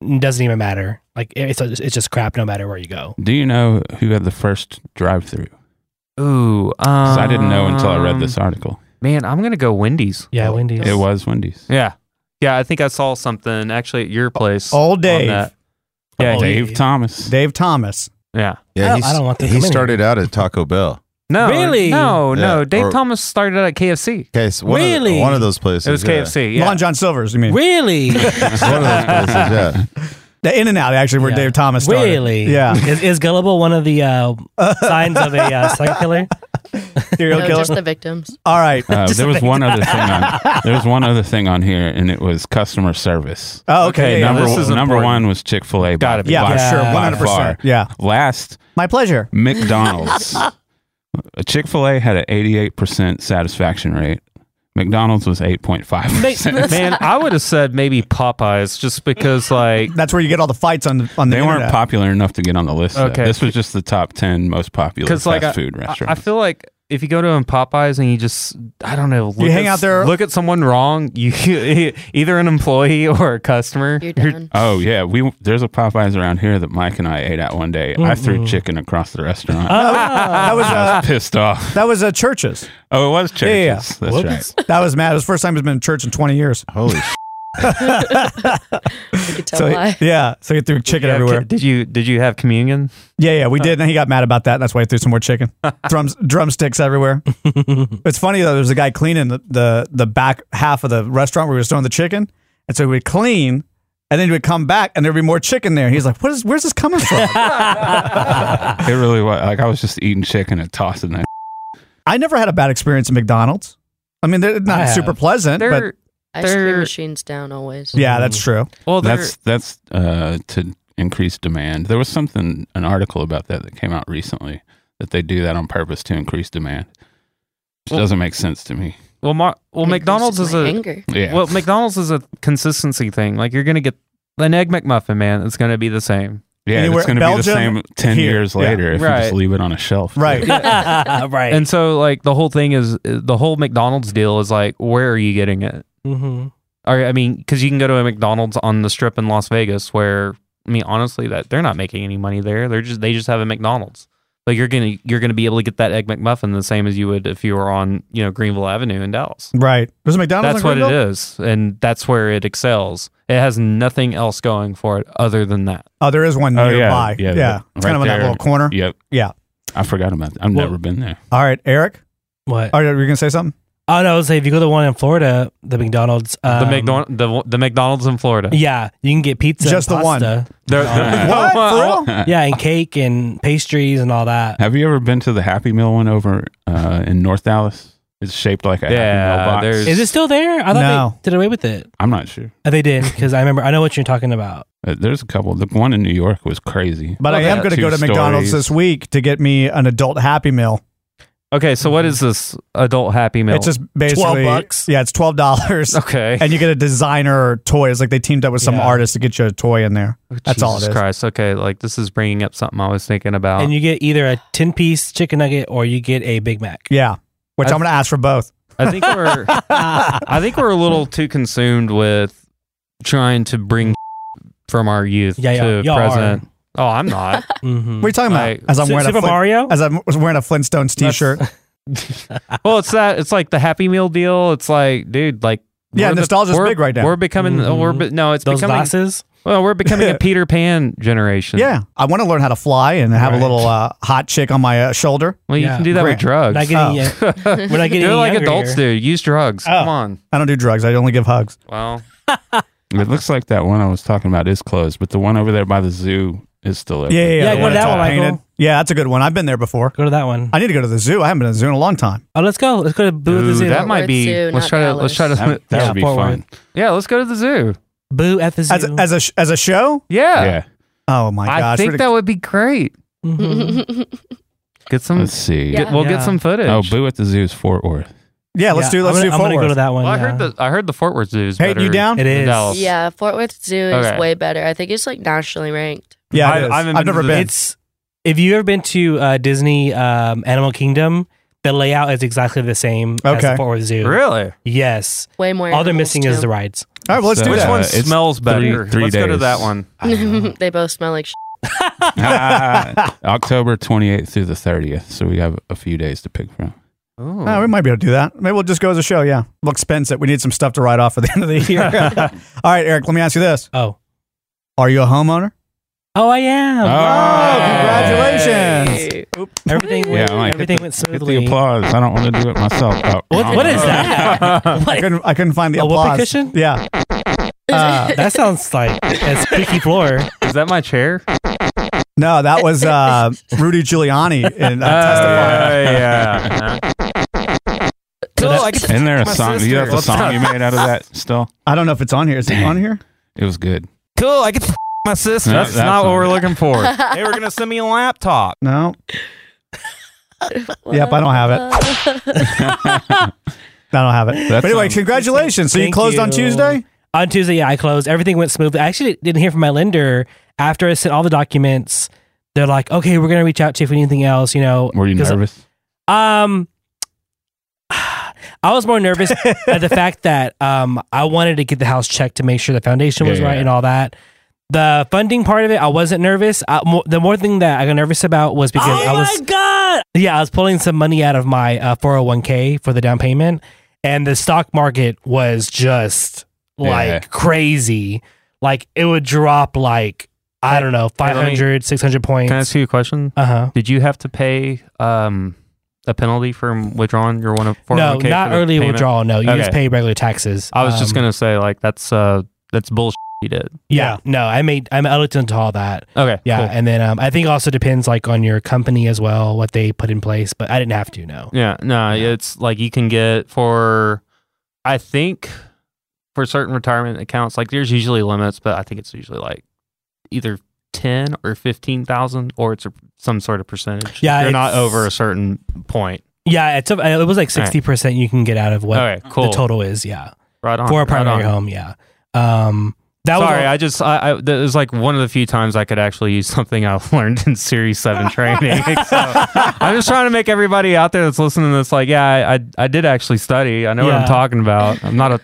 S7: it doesn't even matter. Like it's it's just crap no matter where you
S4: Oh.
S7: go.
S6: Do you know who had the first drive-through?
S5: Ooh, um,
S6: 'Cause I didn't know until I read this article.
S5: Man, I'm gonna go Wendy's.
S7: Yeah, Wendy's.
S6: It was Wendy's.
S5: Yeah, yeah. I think I saw something actually at your place.
S4: All
S5: on
S4: Dave.
S5: that.
S6: Yeah,
S5: Oh,
S6: Dave
S5: yeah.
S6: Thomas.
S4: Dave Thomas.
S5: Yeah.
S8: Yeah,
S5: I don't-
S8: he's-
S5: I don't want to
S8: He
S5: come in
S8: started out at Taco Bell.
S5: No,
S8: Really?
S5: No, no.
S8: Yeah,
S5: Dave
S8: or-
S5: Thomas started at KFC.
S8: Okay, so one, of,
S5: Really?
S8: the- one of those places.
S5: It was
S8: yeah.
S5: KFC. Yeah.
S4: Lon John Silver's, you mean?
S7: Really?
S8: one of those places, yeah.
S4: The In and Out, actually, where Dave Thomas started.
S7: Really?
S4: Yeah.
S7: Is, is gullible one of the uh, signs of a uh, psych killer?
S4: Serial
S9: no,
S4: killer?
S9: Oh, just the victims.
S4: All right.
S6: Uh,
S4: Just
S6: there was
S4: like-
S6: one other thing. On, there was one other thing on here, and it was customer service.
S4: Oh, okay. Okay, yeah,
S6: number
S4: this is
S6: one, number
S4: important.
S6: one was Chick Fil A. Got
S4: be. Yeah, for sure, 100%, Yeah.
S6: Last,
S4: My pleasure.
S6: McDonald's. Chick Fil A had an eighty-eight percent satisfaction rate. McDonald's was eight point five percent.
S5: Man, I would have said maybe Popeyes just because like
S4: That's where you get all the fights on the on the
S6: They weren't
S4: internet.
S6: popular enough to get on the list. though.
S5: Okay.
S6: This was just the top ten most popular fast
S5: like I,
S6: food
S5: I-
S6: restaurant.
S5: I feel like if you go to a Popeyes and you just I don't know, look
S4: You hang
S5: at-
S4: out there-
S5: look at someone wrong, you either an employee or a customer. You're
S9: done.
S6: Oh yeah, we there's a Popeyes around here that Mike and I ate at one day. I threw
S4: Mm-mm.
S6: chicken across the restaurant.
S4: Mm-hmm. that was
S6: I was
S4: uh,
S6: pissed off.
S4: that was uh, churches.
S6: Oh, it was churches.
S4: Yeah, yeah.
S6: That's right.
S4: That was mad. It was the first time he's been in church in 20 years.
S8: Holy
S4: so he- Yeah, so he threw chicken everywhere.
S5: did you did you have communion?
S4: Yeah, yeah, we did. And he got mad about that. And that's why he threw some more chicken. Drums, drumsticks everywhere. it's funny though. There was a guy cleaning the, the the back half of the restaurant where we was throwing the chicken, and so he would clean, and then he would come back, and there'd be more chicken there. And he's like, "What is? Where's this coming from?"
S6: It really was like I was just eating chicken and tossing that.
S4: I never had a bad experience at McDonald's. I mean, they're not
S6: I have.
S4: super pleasant,
S9: They're- Ice cream
S5: They're-
S9: machines down always.
S4: but yeah, that's
S6: Mm.
S4: true.
S5: Well, there-
S6: that's that's uh, to increase demand. There was something an article about that that came out recently that they do that on purpose to increase demand. Which
S5: Well-
S6: doesn't make sense to me.
S5: Well, Mar- well, McDonald's is
S9: my
S5: a
S9: anger.
S6: Yeah.
S5: well, McDonald's is a consistency thing. Like you're gonna get an egg McMuffin, man. It's gonna be the same.
S6: Yeah, and it's going to be the same ten years later if you just leave it on a shelf.
S5: Right. Uh,
S7: right.
S5: And so, like the whole thing is the whole McDonald's deal is like, where are you getting it?
S7: Mm-hmm.
S5: Or, I mean, because you can go to a McDonald's on the Strip in Las Vegas, where I mean, honestly, that they're not making any money there. They're just they just have a McDonald's. Like you're gonna you're gonna be able to get that egg McMuffin the same as you would if you were on you know Greenville Avenue in Dallas.
S4: Right. There's a McDonald's.
S5: That's
S4: in
S5: what it
S4: Greenville?
S5: is, and that's where it excels. It has nothing else going for it other than that.
S4: Oh, there is one
S5: Oh, yeah.
S4: nearby.
S5: Yeah,
S4: Yeah,
S5: that-
S4: it's
S5: right
S4: kind of in that
S5: there.
S4: little corner.
S6: Yep.
S4: Yeah.
S6: I forgot about that. I've
S7: Well-
S6: never been there.
S4: All right, Eric.
S7: What?
S4: Are you going to say something?
S7: Oh no! I was like, if you go to the one in Florida, the McDonald's, um,
S5: the McDonald the, the McDonald's in Florida.
S7: yeah, you can get pizza,
S5: Just
S7: and
S5: the one.
S7: pasta.
S5: There- Oh, there-
S4: What? For
S6: real?
S7: yeah, and cake and pastries and all that.
S6: Have you ever been to the Happy Meal one over uh, in North Dallas? It's shaped like a
S5: Yeah,
S6: Happy Meal box.
S5: there's-
S7: Is it still there? I thought
S6: No.
S7: they did away with it.
S6: I'm not sure.
S7: Oh, they did because I remember. I know what you're talking about.
S6: Uh, There's a couple. The one in New York was crazy.
S4: But I am going to go to McDonald's this week to get me an adult Happy Meal.
S5: Okay, so what is this adult Happy Meal?
S4: It's just basically Yeah, it's twelve dollars.
S5: Okay.
S4: and you get a designer toy. It's like they teamed up with some
S5: Yeah. Oh,
S4: artist to get you a toy in there. That's all it is.
S5: Jesus Christ. Okay, like this is bringing up something I was thinking about.
S7: And you get either a ten piece chicken nugget or you get a Big Mac.
S4: Yeah, which
S5: I-
S4: I'm going to ask for both.
S5: I think we're um, I think we're a little too consumed with trying to bring from our youth
S4: Yeah, yeah,
S5: to
S4: y'all are.
S5: present. Oh, I'm not.
S7: Mm-hmm.
S4: What are you talking
S5: Like-
S4: about? As I'm wearing a Flint- As I'm wearing a Flintstones T-shirt.
S5: well, it's that. It's like the Happy Meal deal. It's like, dude, like
S4: Yeah,
S5: we're the-
S4: nostalgia's
S5: we're-
S4: big right now.
S5: We're becoming. uh,
S4: Mhm.
S5: We're be- no, it's
S4: Those
S5: becoming
S4: glasses?
S5: Well, we're becoming a Peter Pan generation.
S4: Yeah, I want to learn how to fly and have a little uh, hot chick on my uh, shoulder.
S5: Well, you can do that with drugs. Not
S4: Oh.
S5: getting yet- we're not getting You're any like younger adults here. do. Use drugs. Come on.
S4: I don't do drugs. I only give hugs.
S5: Well,
S6: It looks like that one I was talking about is closed, but the one over there by the zoo is still open.
S4: Yeah, yeah, yeah. the one that's all painted.
S7: Michael.
S4: Yeah, that's a good one. I've been there before.
S7: Go to that one.
S4: I need to go to the zoo. I haven't been to the zoo in a long time.
S7: Oh, let's go. Let's go to Boo at the
S5: Ooh,
S7: Zoo.
S5: that might be. let's try to. Let's try to.
S6: That- that would be
S5: Fort
S6: fun.
S5: Worth. Yeah, let's go to the zoo.
S7: Boo at the zoo.
S4: As a, as a sh- as a show?
S5: Yeah.
S6: Yeah.
S4: Oh my
S5: I
S4: gosh.
S5: think
S4: we're-
S5: that would be great. Get some.
S6: Let's see.
S5: Get- we'll get some footage.
S6: Oh, Boo at the Zoo is Fort Worth.
S4: Yeah, let's do. Let's
S7: I'm gonna-
S4: do.
S7: I'm
S4: Fort
S7: gonna go
S4: Worth.
S7: to that one,
S5: Well, I heard the I heard the Fort Worth Zoo is
S4: Hey, you
S5: better.
S4: down? It
S5: than
S4: is.
S5: Um, Dallas.
S9: Yeah, Fort Worth Zoo is
S5: Okay.
S9: way better. I think it's like nationally ranked.
S4: Yeah,
S5: I-
S4: it is.
S5: I haven't
S4: I've
S5: been to
S4: never
S5: the-
S4: been.
S7: It's if you ever been to uh, Disney um, Animal Kingdom, the layout is exactly the same as the
S4: Okay.
S7: Fort Worth Zoo.
S5: Really?
S7: Yes.
S9: Way more
S7: All they're
S9: animals,
S7: missing is
S9: too.
S7: the rides.
S4: All right, well, let's do
S5: Which
S4: that.
S5: one
S4: Uh, it's
S5: smells
S4: three-
S5: better?
S6: three
S5: let's go to
S6: days.
S5: that one.
S9: they both smell like sh-
S6: Ah, October 28th through the 30th. So we have a few days to pick from.
S4: Oh, we might be able to do that. Maybe we'll just go as a show. Yeah, we'll expense it. We need some stuff to write off at the end of the year. All right, Eric. Let me ask you this.
S7: Oh,
S4: are you a homeowner?
S7: Oh, I am.
S4: congratulations.
S7: Everything went,
S6: Yeah, I'm like,
S7: everything
S6: hit the-
S7: went
S6: hit
S7: smoothly.
S6: the applause. I don't want to do it myself. Oh,
S7: What- what is that?
S4: I couldn't. I couldn't find the
S7: A whoopee
S4: applause.
S7: cushion?
S4: Yeah. Uh,
S7: that sounds like a squeaky floor.
S5: Is that my chair?
S4: No, that was uh, Rudy Giuliani in uh, testifying.
S5: Oh, yeah.
S4: So that-
S6: Isn't there a song? You have the
S4: What's
S6: song
S4: up?
S6: you made out of that still?
S4: I don't know if it's on here. Is it on here?
S6: It was good.
S5: Cool. I get to my sister.
S6: No,
S5: that's,
S6: that's
S5: not what
S6: not-
S5: we're looking for. they were gonna send me a laptop.
S4: No. yep, I don't have it. I don't have it.
S7: That
S4: but anyway,
S7: sounds-
S4: congratulations. So you
S7: Thank
S4: closed on Tuesday?
S7: On Tuesday, yeah, I closed. Everything went smoothly. I actually didn't hear from my lender after I sent all the documents. They're like, okay, we're gonna reach out to you if we need anything else. You know,
S6: Were you
S7: 'cause-
S6: nervous?
S7: Um, I was more nervous at the fact that um, I wanted to get the house checked to make sure the foundation was
S19: Yeah, yeah,
S7: right
S19: yeah.
S7: and all that. The funding part of it, I wasn't nervous. I, mo- the more thing that I got nervous about was because
S5: Oh
S7: I was
S19: God!
S7: yeah, I was pulling some money out of my uh, 401k for the down payment, and the stock market was just like
S19: Yeah.
S7: crazy. Like it would drop like I don't know
S5: Hey, let me-
S7: 500, 600 points.
S5: Can I ask you a question?
S7: Uh huh.
S5: Did you have to pay um, a penalty for withdrawing your oh one of
S7: No,
S5: 401k
S7: not
S5: for the
S7: early
S5: payment?
S7: withdrawal. No, you just
S5: Okay.
S7: pay regular taxes.
S5: I was just
S7: Um,
S5: gonna say like that's uh that's bullshit you did.
S7: Yeah, no, I made I'm I looked into all that.
S5: Okay,
S7: yeah,
S5: cool.
S7: and then um, I think also depends like on your company as well what they put in place, but I didn't have to. No,
S5: Yeah, no, it's like you can get for, I think, for certain retirement accounts, like there's usually limits, but I think it's usually like either ten or fifteen thousand, or it's a, some sort of percentage.
S7: Yeah,
S5: you're not
S7: it's-
S5: over a certain point.
S7: yeah, it's a, uh, it was like
S5: All right.
S7: sixty percent you can get out of what
S5: Okay, cool.
S7: the total is. Yeah,
S5: Right on,
S7: for a
S5: right
S7: primary
S5: on.
S7: home. Yeah, um, that
S5: Sorry,
S7: was all-
S5: I just I, I that was like one of the few times I could actually use something I learned in Series Seven training. So, I'm just trying to make everybody out there that's listening to this like, yeah, I I, I did actually study. I know what
S7: Yeah.
S5: I'm talking about. I'm not a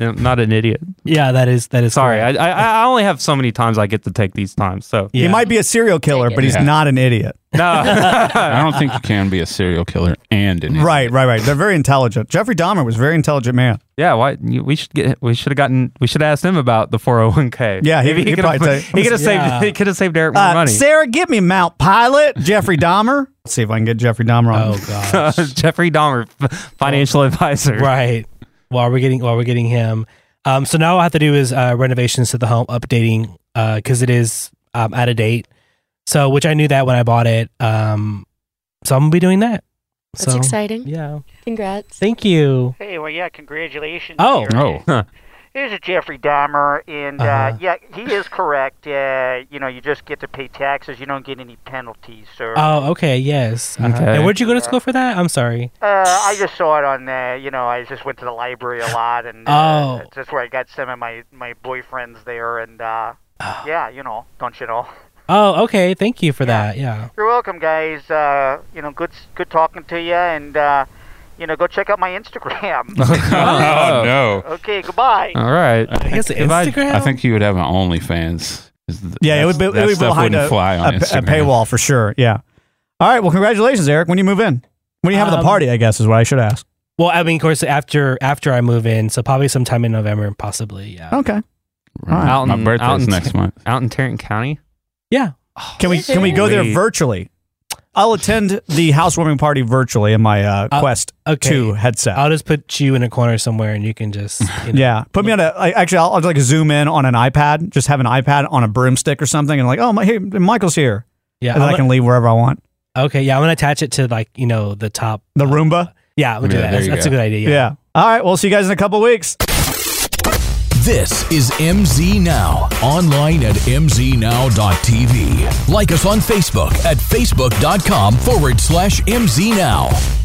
S5: I'm not an idiot.
S7: yeah. That is that is
S5: Sorry, I, I I only have so many times I get to take these times. So
S4: He might be a serial killer, but he's
S5: Yeah.
S4: not an idiot.
S6: I don't think you can be a serial killer and an
S4: Right, right, right. They're very intelligent. Jeffrey Dahmer was a very intelligent man.
S5: Yeah, why you- we should get we should have gotten we should have asked him about the 401k.
S4: Yeah, he-
S5: Maybe
S4: he'd
S5: could have
S4: probably tell you.
S5: he could have
S4: Yeah.
S5: saved he could have saved Eric more
S4: Uh,
S5: money.
S4: Sarah, give me Mount Pilot, Jeffrey Dahmer. Let's see if I can get Jeffrey Dahmer on.
S7: Oh god.
S5: Jeffrey Dahmer, f- financial advisor.
S7: Right. While we're getting while we're getting him. Um, so now all I have to do is uh, renovations to the home, updating because it is um, out of date. So which I knew that when I bought it. Um, so I'm gonna be doing that.
S9: That's
S7: so,
S9: exciting.
S7: Yeah.
S9: Congrats.
S7: Thank you.
S18: Hey, well, yeah, congratulations.
S7: Oh.
S18: Eric. Here's a Jeffrey Dahmer, and uh,
S7: Uh-huh.
S18: yeah, he is correct. Uh, you know, you just get to pay taxes. You don't get any penalties, sir.
S7: Oh, okay. Yes. Uh-huh.
S18: Okay.
S7: And where'd you go to school for that? I'm sorry.
S18: Uh, I just saw it on, uh, you know, I just went to the library a lot, and uh,
S7: Oh.
S18: that's just where I got some of my my boyfriends there, and uh,
S6: Ah.
S18: yeah, you know, don't you know?
S7: Oh, okay. Thank you for that. Yeah.
S18: You're welcome, guys. Uh, you know, good s- good talking to you, and uh, you know, go check out my Instagram.
S6: Oh, no.
S18: Okay, goodbye.
S6: All right. I
S18: guess
S6: think- if I-
S18: Instagram?
S6: I think you would have an OnlyFans. 'Cause th-
S4: Yeah, it
S6: that-
S4: would be, it
S6: that
S4: would be
S6: stuff
S4: behind
S6: wouldn't
S4: a,
S6: fly on
S4: a- a
S6: Instagram.
S4: paywall for sure. Yeah. All right. Well, congratulations, Eric. When do you move in? When are you having the
S7: Um,
S4: party? I guess is what I should ask.
S7: Well, I mean, of course, after after I move in, so probably sometime in November, possibly. Yeah.
S4: Okay.
S5: Out in,
S6: My birthday's
S5: out in,
S6: next month.
S5: Out in Tarrant County.
S7: Yeah.
S4: Can we can we go there
S5: Sweet.
S4: virtually? I'll attend the housewarming party virtually in my uh,
S7: Uh,
S4: Quest
S7: okay.
S4: Two headset.
S7: I'll just put you in a corner somewhere, and you can just. You know.
S4: yeah, put me on a. I, actually, I'll, I'll like zoom in on an iPad. Just have an iPad on a broomstick or something, and like, oh my, hey, Michael's here.
S7: Yeah,
S4: and then
S7: I'm
S4: I can
S7: gonna-
S4: leave wherever I want.
S7: Okay, yeah, I'm gonna attach it to like you know the top.
S4: The Roomba.
S7: Yeah, we'll do that. That's, that's a good idea.
S4: Yeah. All right. We'll see you guys in a couple weeks.
S1: This is MZ Now, online at mznow.tv. Like us on Facebook at facebook.com forward slash mznow.